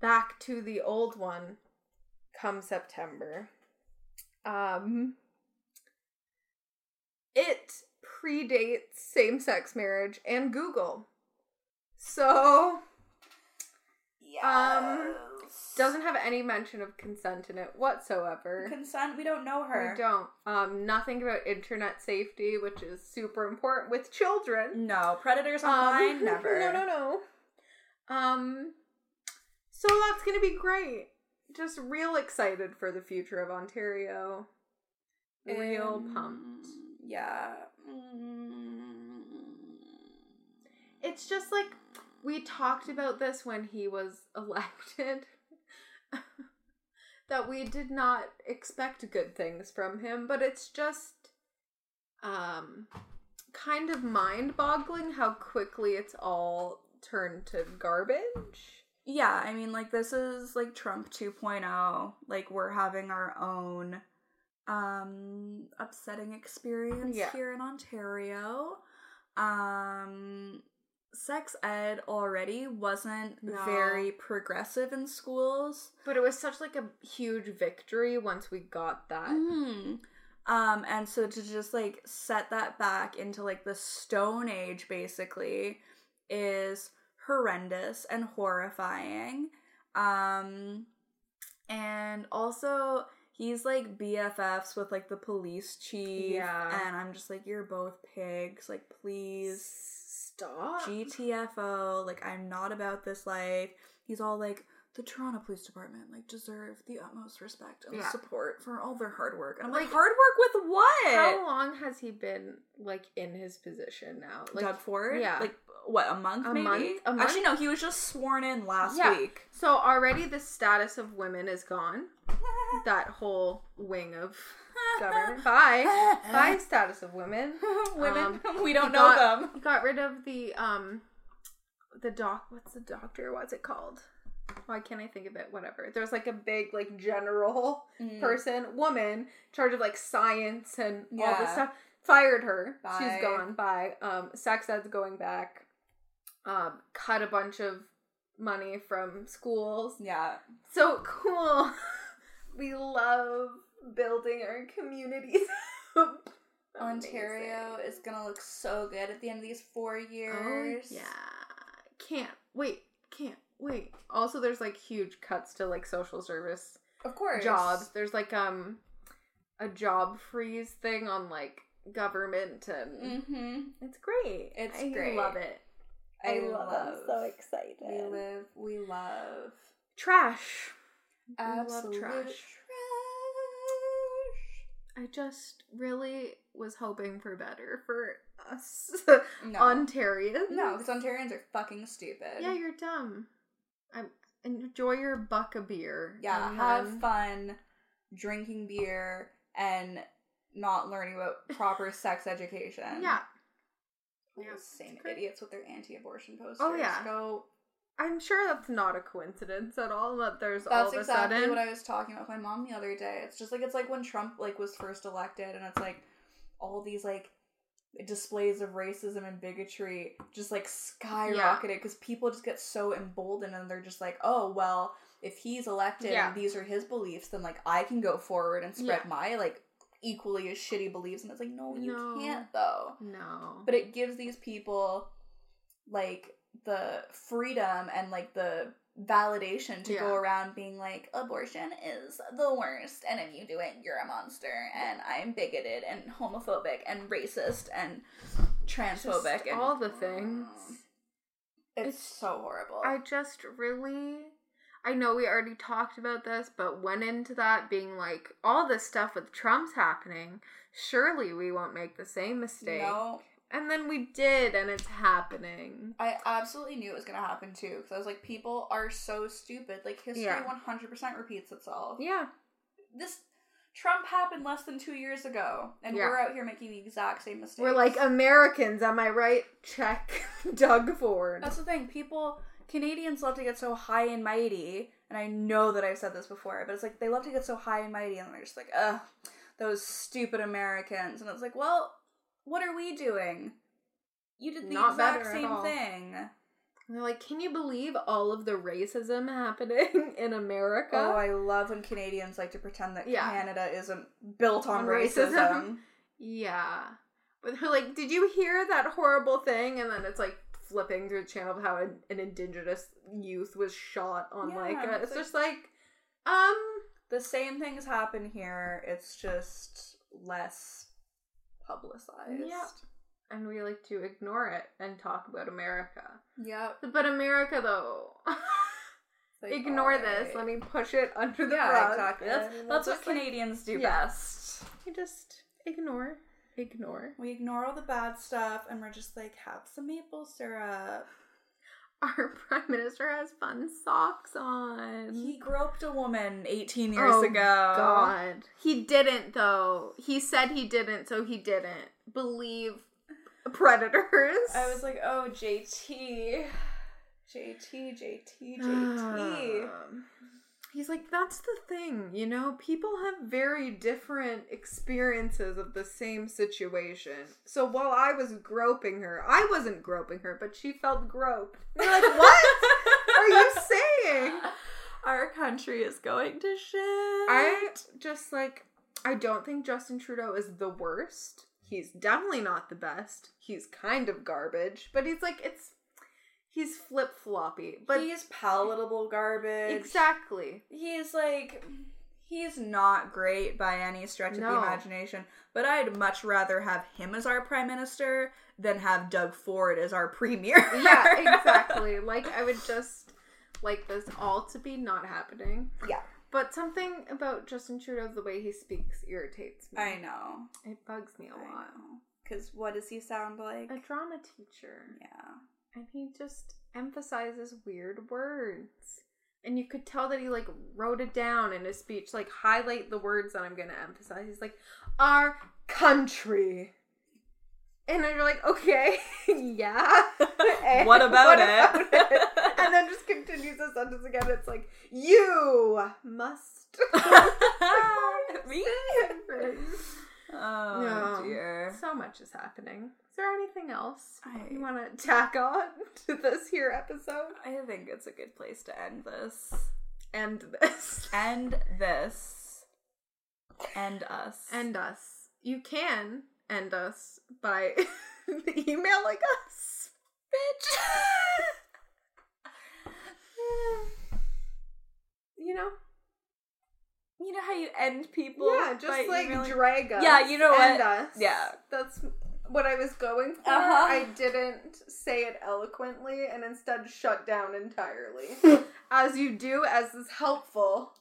Speaker 3: back to the old one come September. Um it predates same-sex marriage and Google. So Um, doesn't have any mention of consent in it whatsoever.
Speaker 1: consent. We don't know her.
Speaker 3: We don't. Um, nothing about internet safety, which is super important with children.
Speaker 1: No predators online.
Speaker 3: Um,
Speaker 1: never.
Speaker 3: No, no, no. Um, so that's gonna be great. Just real excited for the future of Ontario. Real
Speaker 1: Um,
Speaker 3: pumped.
Speaker 1: Yeah. Mm.
Speaker 3: It's just like we talked about this when he was elected. that we did not expect good things from him, but it's just um kind of mind-boggling how quickly it's all turned to garbage.
Speaker 1: Yeah, I mean, like, this is like Trump 2.0. Like, we're having our own um upsetting experience
Speaker 3: Yeah.
Speaker 1: here in Ontario. Um sex ed already wasn't
Speaker 3: No.
Speaker 1: very progressive in schools.
Speaker 3: But it was such like a huge victory once we got that.
Speaker 1: Mm. Um, and so to just like set that back into like the Stone Age basically is horrendous and horrifying. Um, and also he's like BFFs with like the police chief,
Speaker 3: Yeah.
Speaker 1: and I'm just like, you're both pigs. Like, please,
Speaker 3: Stop.
Speaker 1: GTFO. Like, I'm not about this life. He's all like, the Toronto Police Department like deserve the utmost respect and
Speaker 3: Yeah.
Speaker 1: support for all their hard work. And I'm like,
Speaker 3: Like-
Speaker 1: hard work with what?
Speaker 3: How long has he been like in his position now? Like
Speaker 1: Doug Ford?
Speaker 3: yeah.
Speaker 1: Like what? A month?
Speaker 3: A
Speaker 1: maybe?
Speaker 3: month- a month?
Speaker 1: Actually, no. He was just sworn in last
Speaker 3: Yeah.
Speaker 1: week.
Speaker 3: So already the status of women is gone. That whole wing of government. Bye. Bye status of women.
Speaker 1: Women, we
Speaker 3: he
Speaker 1: don't know
Speaker 3: got-
Speaker 1: them.
Speaker 3: He got rid of the um the doc what's the doctor? What's it called? Why can't I think of it? Whatever. There's like a big like general person, woman, charge of like science and all this
Speaker 1: Yeah.
Speaker 3: stuff. Fired her.
Speaker 1: Bye.
Speaker 3: She's gone. Bye. Um, sex ed's going back. Um, cut a bunch of money from schools.
Speaker 1: Yeah.
Speaker 3: So cool. We love building our communities. up.
Speaker 1: Ontario
Speaker 3: Amazing.
Speaker 1: is gonna look so good at the end of these four
Speaker 3: Oh,
Speaker 1: years.
Speaker 3: yeah. Can't wait. Can't wait. Also, there's like huge cuts to like social service
Speaker 1: Of course.
Speaker 3: jobs. There's like um a job freeze thing on like government and
Speaker 1: Mm-hmm.
Speaker 3: it's great.
Speaker 1: It's
Speaker 3: I
Speaker 1: great.
Speaker 3: love it.
Speaker 1: I
Speaker 3: I'm so
Speaker 1: love.
Speaker 3: excited.
Speaker 1: We live. We love.
Speaker 3: Trash. We love
Speaker 1: Absolute
Speaker 3: trash.
Speaker 1: trash.
Speaker 3: I just really was hoping for better for us
Speaker 1: No.
Speaker 3: Ontarians.
Speaker 1: no, because Ontarians are fucking stupid.
Speaker 3: Yeah, you're dumb. I'm enjoy your buck of beer.
Speaker 1: Yeah,
Speaker 3: and
Speaker 1: have
Speaker 3: then-
Speaker 1: fun drinking beer and not learning about proper sex education.
Speaker 3: Yeah.
Speaker 1: Those
Speaker 3: Yeah.
Speaker 1: Same
Speaker 3: Great.
Speaker 1: idiots with their anti-abortion posters.
Speaker 3: Oh, yeah.
Speaker 1: Go.
Speaker 3: I'm sure that's not a coincidence at all that there's all
Speaker 1: That's
Speaker 3: of a
Speaker 1: exactly
Speaker 3: sudden
Speaker 1: what I was talking about with my mom the other day. It's just like it's like when Trump like was first elected, and it's like all these like displays of racism and bigotry just like skyrocketed because people just get so emboldened and they're just like, oh well, if he's elected
Speaker 3: Yeah.
Speaker 1: and these are his beliefs, then like I can go forward and spread
Speaker 3: Yeah.
Speaker 1: my like equally as shitty beliefs, and it's like no, you
Speaker 3: No.
Speaker 1: can't though
Speaker 3: No.
Speaker 1: but it gives these people like the freedom and like the validation to
Speaker 3: Yeah.
Speaker 1: go around being like abortion is the worst and if you do it you're a monster and i'm bigoted and homophobic and racist and transphobic
Speaker 3: Just
Speaker 1: and
Speaker 3: all the things.
Speaker 1: it's,
Speaker 3: It's-
Speaker 1: so horrible
Speaker 3: I just really I know we already talked about this, but went into that being like all this stuff with Trump's happening, surely we won't make the same mistake.
Speaker 1: no
Speaker 3: And then we did and it's happening.
Speaker 1: i absolutely knew it was gonna happen too because i was like people are so stupid like history
Speaker 3: Yeah.
Speaker 1: 100% repeats itself
Speaker 3: Yeah.
Speaker 1: this Trump happened less than two years ago, and
Speaker 3: Yeah.
Speaker 1: we're out here making the exact same mistakes.
Speaker 3: We're like Americans, am I right? Check Doug Ford.
Speaker 1: that's the thing. People, Canadians love to get so high and mighty, and I know that I've said this before, but it's like they love to get so high and mighty, and they're just like, ugh, those stupid Americans, and it's like, well, what are we doing? You did the
Speaker 3: Not
Speaker 1: exact
Speaker 3: better at all.
Speaker 1: same thing.
Speaker 3: And they're like, can you believe all of the racism happening in America?
Speaker 1: Oh, I love when Canadians like to pretend that
Speaker 3: Yeah.
Speaker 1: Canada isn't built on,
Speaker 3: On racism.
Speaker 1: racism.
Speaker 3: yeah. But they're like, did you hear that horrible thing? And then it's like flipping through the channel of how an, an indigenous youth was shot on
Speaker 1: Yeah,
Speaker 3: like, a,
Speaker 1: it's
Speaker 3: it's
Speaker 1: like-
Speaker 3: just like, um,
Speaker 1: The same things happen here. It's just less publicized.
Speaker 3: Yeah. and we like to ignore it and talk about America.
Speaker 1: Yep.
Speaker 3: But America though.
Speaker 1: Like,
Speaker 3: Ignore
Speaker 1: alright.
Speaker 3: this. Let me push it under the
Speaker 1: yeah,
Speaker 3: rug.
Speaker 1: exactly.
Speaker 3: That's,
Speaker 1: I mean,
Speaker 3: that's,
Speaker 1: what
Speaker 3: what Canadians
Speaker 1: Canadians do
Speaker 3: Yeah.
Speaker 1: best.
Speaker 3: you just ignore. Ignore.
Speaker 1: We ignore all the bad stuff and we're just like, have some maple syrup.
Speaker 3: Our prime minister has fun socks on.
Speaker 1: He groped a woman 18 years
Speaker 3: Oh,
Speaker 1: ago.
Speaker 3: God. He didn't though. He said he didn't, so he didn't. Believe predators.
Speaker 1: I was like, oh, JT. JT, JT, JT.
Speaker 3: Um, He's like, that's the thing, you know, people have very different experiences of the same situation. So while I was groping her, I wasn't groping her, but she felt groped. You're like, what are you saying?
Speaker 1: Our country is going to shit.
Speaker 3: I just like, I don't think Justin Trudeau is the worst. He's definitely not the best. He's kind of garbage, but he's like, it's, he's flip floppy. But
Speaker 1: he's palatable garbage.
Speaker 3: exactly.
Speaker 1: He's like, he's not great by any stretch of the
Speaker 3: No.
Speaker 1: imagination. But I'd much rather have him as our prime minister than have Doug Ford as our premier.
Speaker 3: yeah, exactly. Like I would just like this all to be not happening.
Speaker 1: Yeah.
Speaker 3: But something about Justin Trudeau, the way he speaks, irritates me.
Speaker 1: I know.
Speaker 3: It bugs me a lot.
Speaker 1: Because what does he sound like?
Speaker 3: A drama teacher,
Speaker 1: Yeah.
Speaker 3: and he just emphasizes weird words. And you could tell that he like wrote it down in his speech, like highlight the words that I'm gonna emphasize. He's like, our country. And then you're like, okay, yeah. And
Speaker 1: what about,
Speaker 3: about
Speaker 1: it?
Speaker 3: and then just continues the sentence again. It's like you must.
Speaker 1: Me? Oh
Speaker 3: No.
Speaker 1: dear.
Speaker 3: so much is happening. Is there anything else
Speaker 1: I-
Speaker 3: you want to tack on to this here episode?
Speaker 1: I think it's a good place to end this.
Speaker 3: End this.
Speaker 1: End this. End us.
Speaker 3: End us. You can end us by emailing us, bitch. you know.
Speaker 1: you know how you end people?
Speaker 3: yeah, just
Speaker 1: by
Speaker 3: like
Speaker 1: emailing-
Speaker 3: drag us.
Speaker 1: Yeah, you know
Speaker 3: and
Speaker 1: what?
Speaker 3: Us.
Speaker 1: Yeah.
Speaker 3: that's what I was going for.
Speaker 1: Uh-huh.
Speaker 3: I didn't say it eloquently, and instead shut down entirely, as you do, as is helpful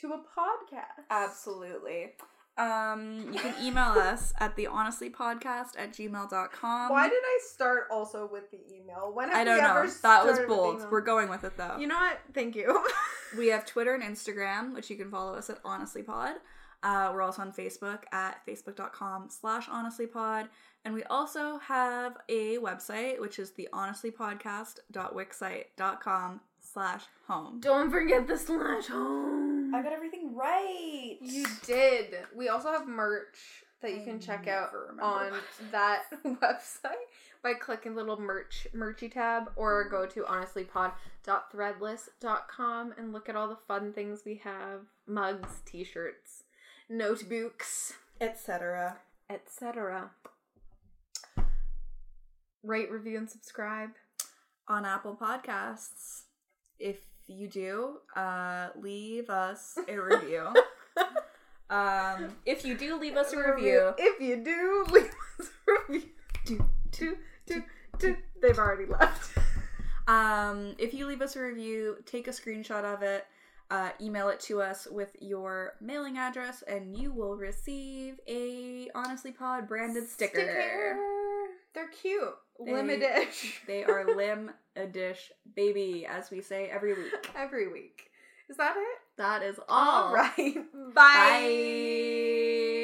Speaker 3: to a podcast.
Speaker 1: Absolutely. Um, you can email us at the honestly podcast at gmail.com.
Speaker 3: Why did I start also with the email? When have
Speaker 1: Um, I don't
Speaker 3: we ever
Speaker 1: know. That was
Speaker 3: started with
Speaker 1: bold.
Speaker 3: email?
Speaker 1: We're going with it though.
Speaker 3: You know what? Thank you.
Speaker 1: We have Twitter and Instagram, which you can follow us at honestlypod. Uh, we're also on Facebook at facebook.com slash honestlypod. And we also have a website, which is the honestlypodcast.wixsite.com slash home.
Speaker 3: don't forget the slash home.
Speaker 1: got everything right.
Speaker 3: You did. We also have merch that you
Speaker 1: I
Speaker 3: can check out
Speaker 1: never remember
Speaker 3: on
Speaker 1: what
Speaker 3: that website by clicking the little merch merchy tab or go to honestlypod.threadless.com and look at all the fun things we have. Mugs, t-shirts, notebooks,
Speaker 1: Etc.
Speaker 3: etc. Rate, review, and subscribe.
Speaker 1: On Apple Podcasts. If you do, uh, leave us a review. um, if you do leave us a review,
Speaker 3: If you do, leave us a review. Do, do, do, do. They've already left.
Speaker 1: Um, if you leave us a review, take a screenshot of it, uh, email it to us with your mailing address, and you will receive a Honestly Pod branded sticker.
Speaker 3: They're cute.
Speaker 1: They-
Speaker 3: Limited.
Speaker 1: They are lim a dish baby, as we say every week.
Speaker 3: every week. Is that it?
Speaker 1: That is all.
Speaker 3: All right. Bye.
Speaker 1: Bye.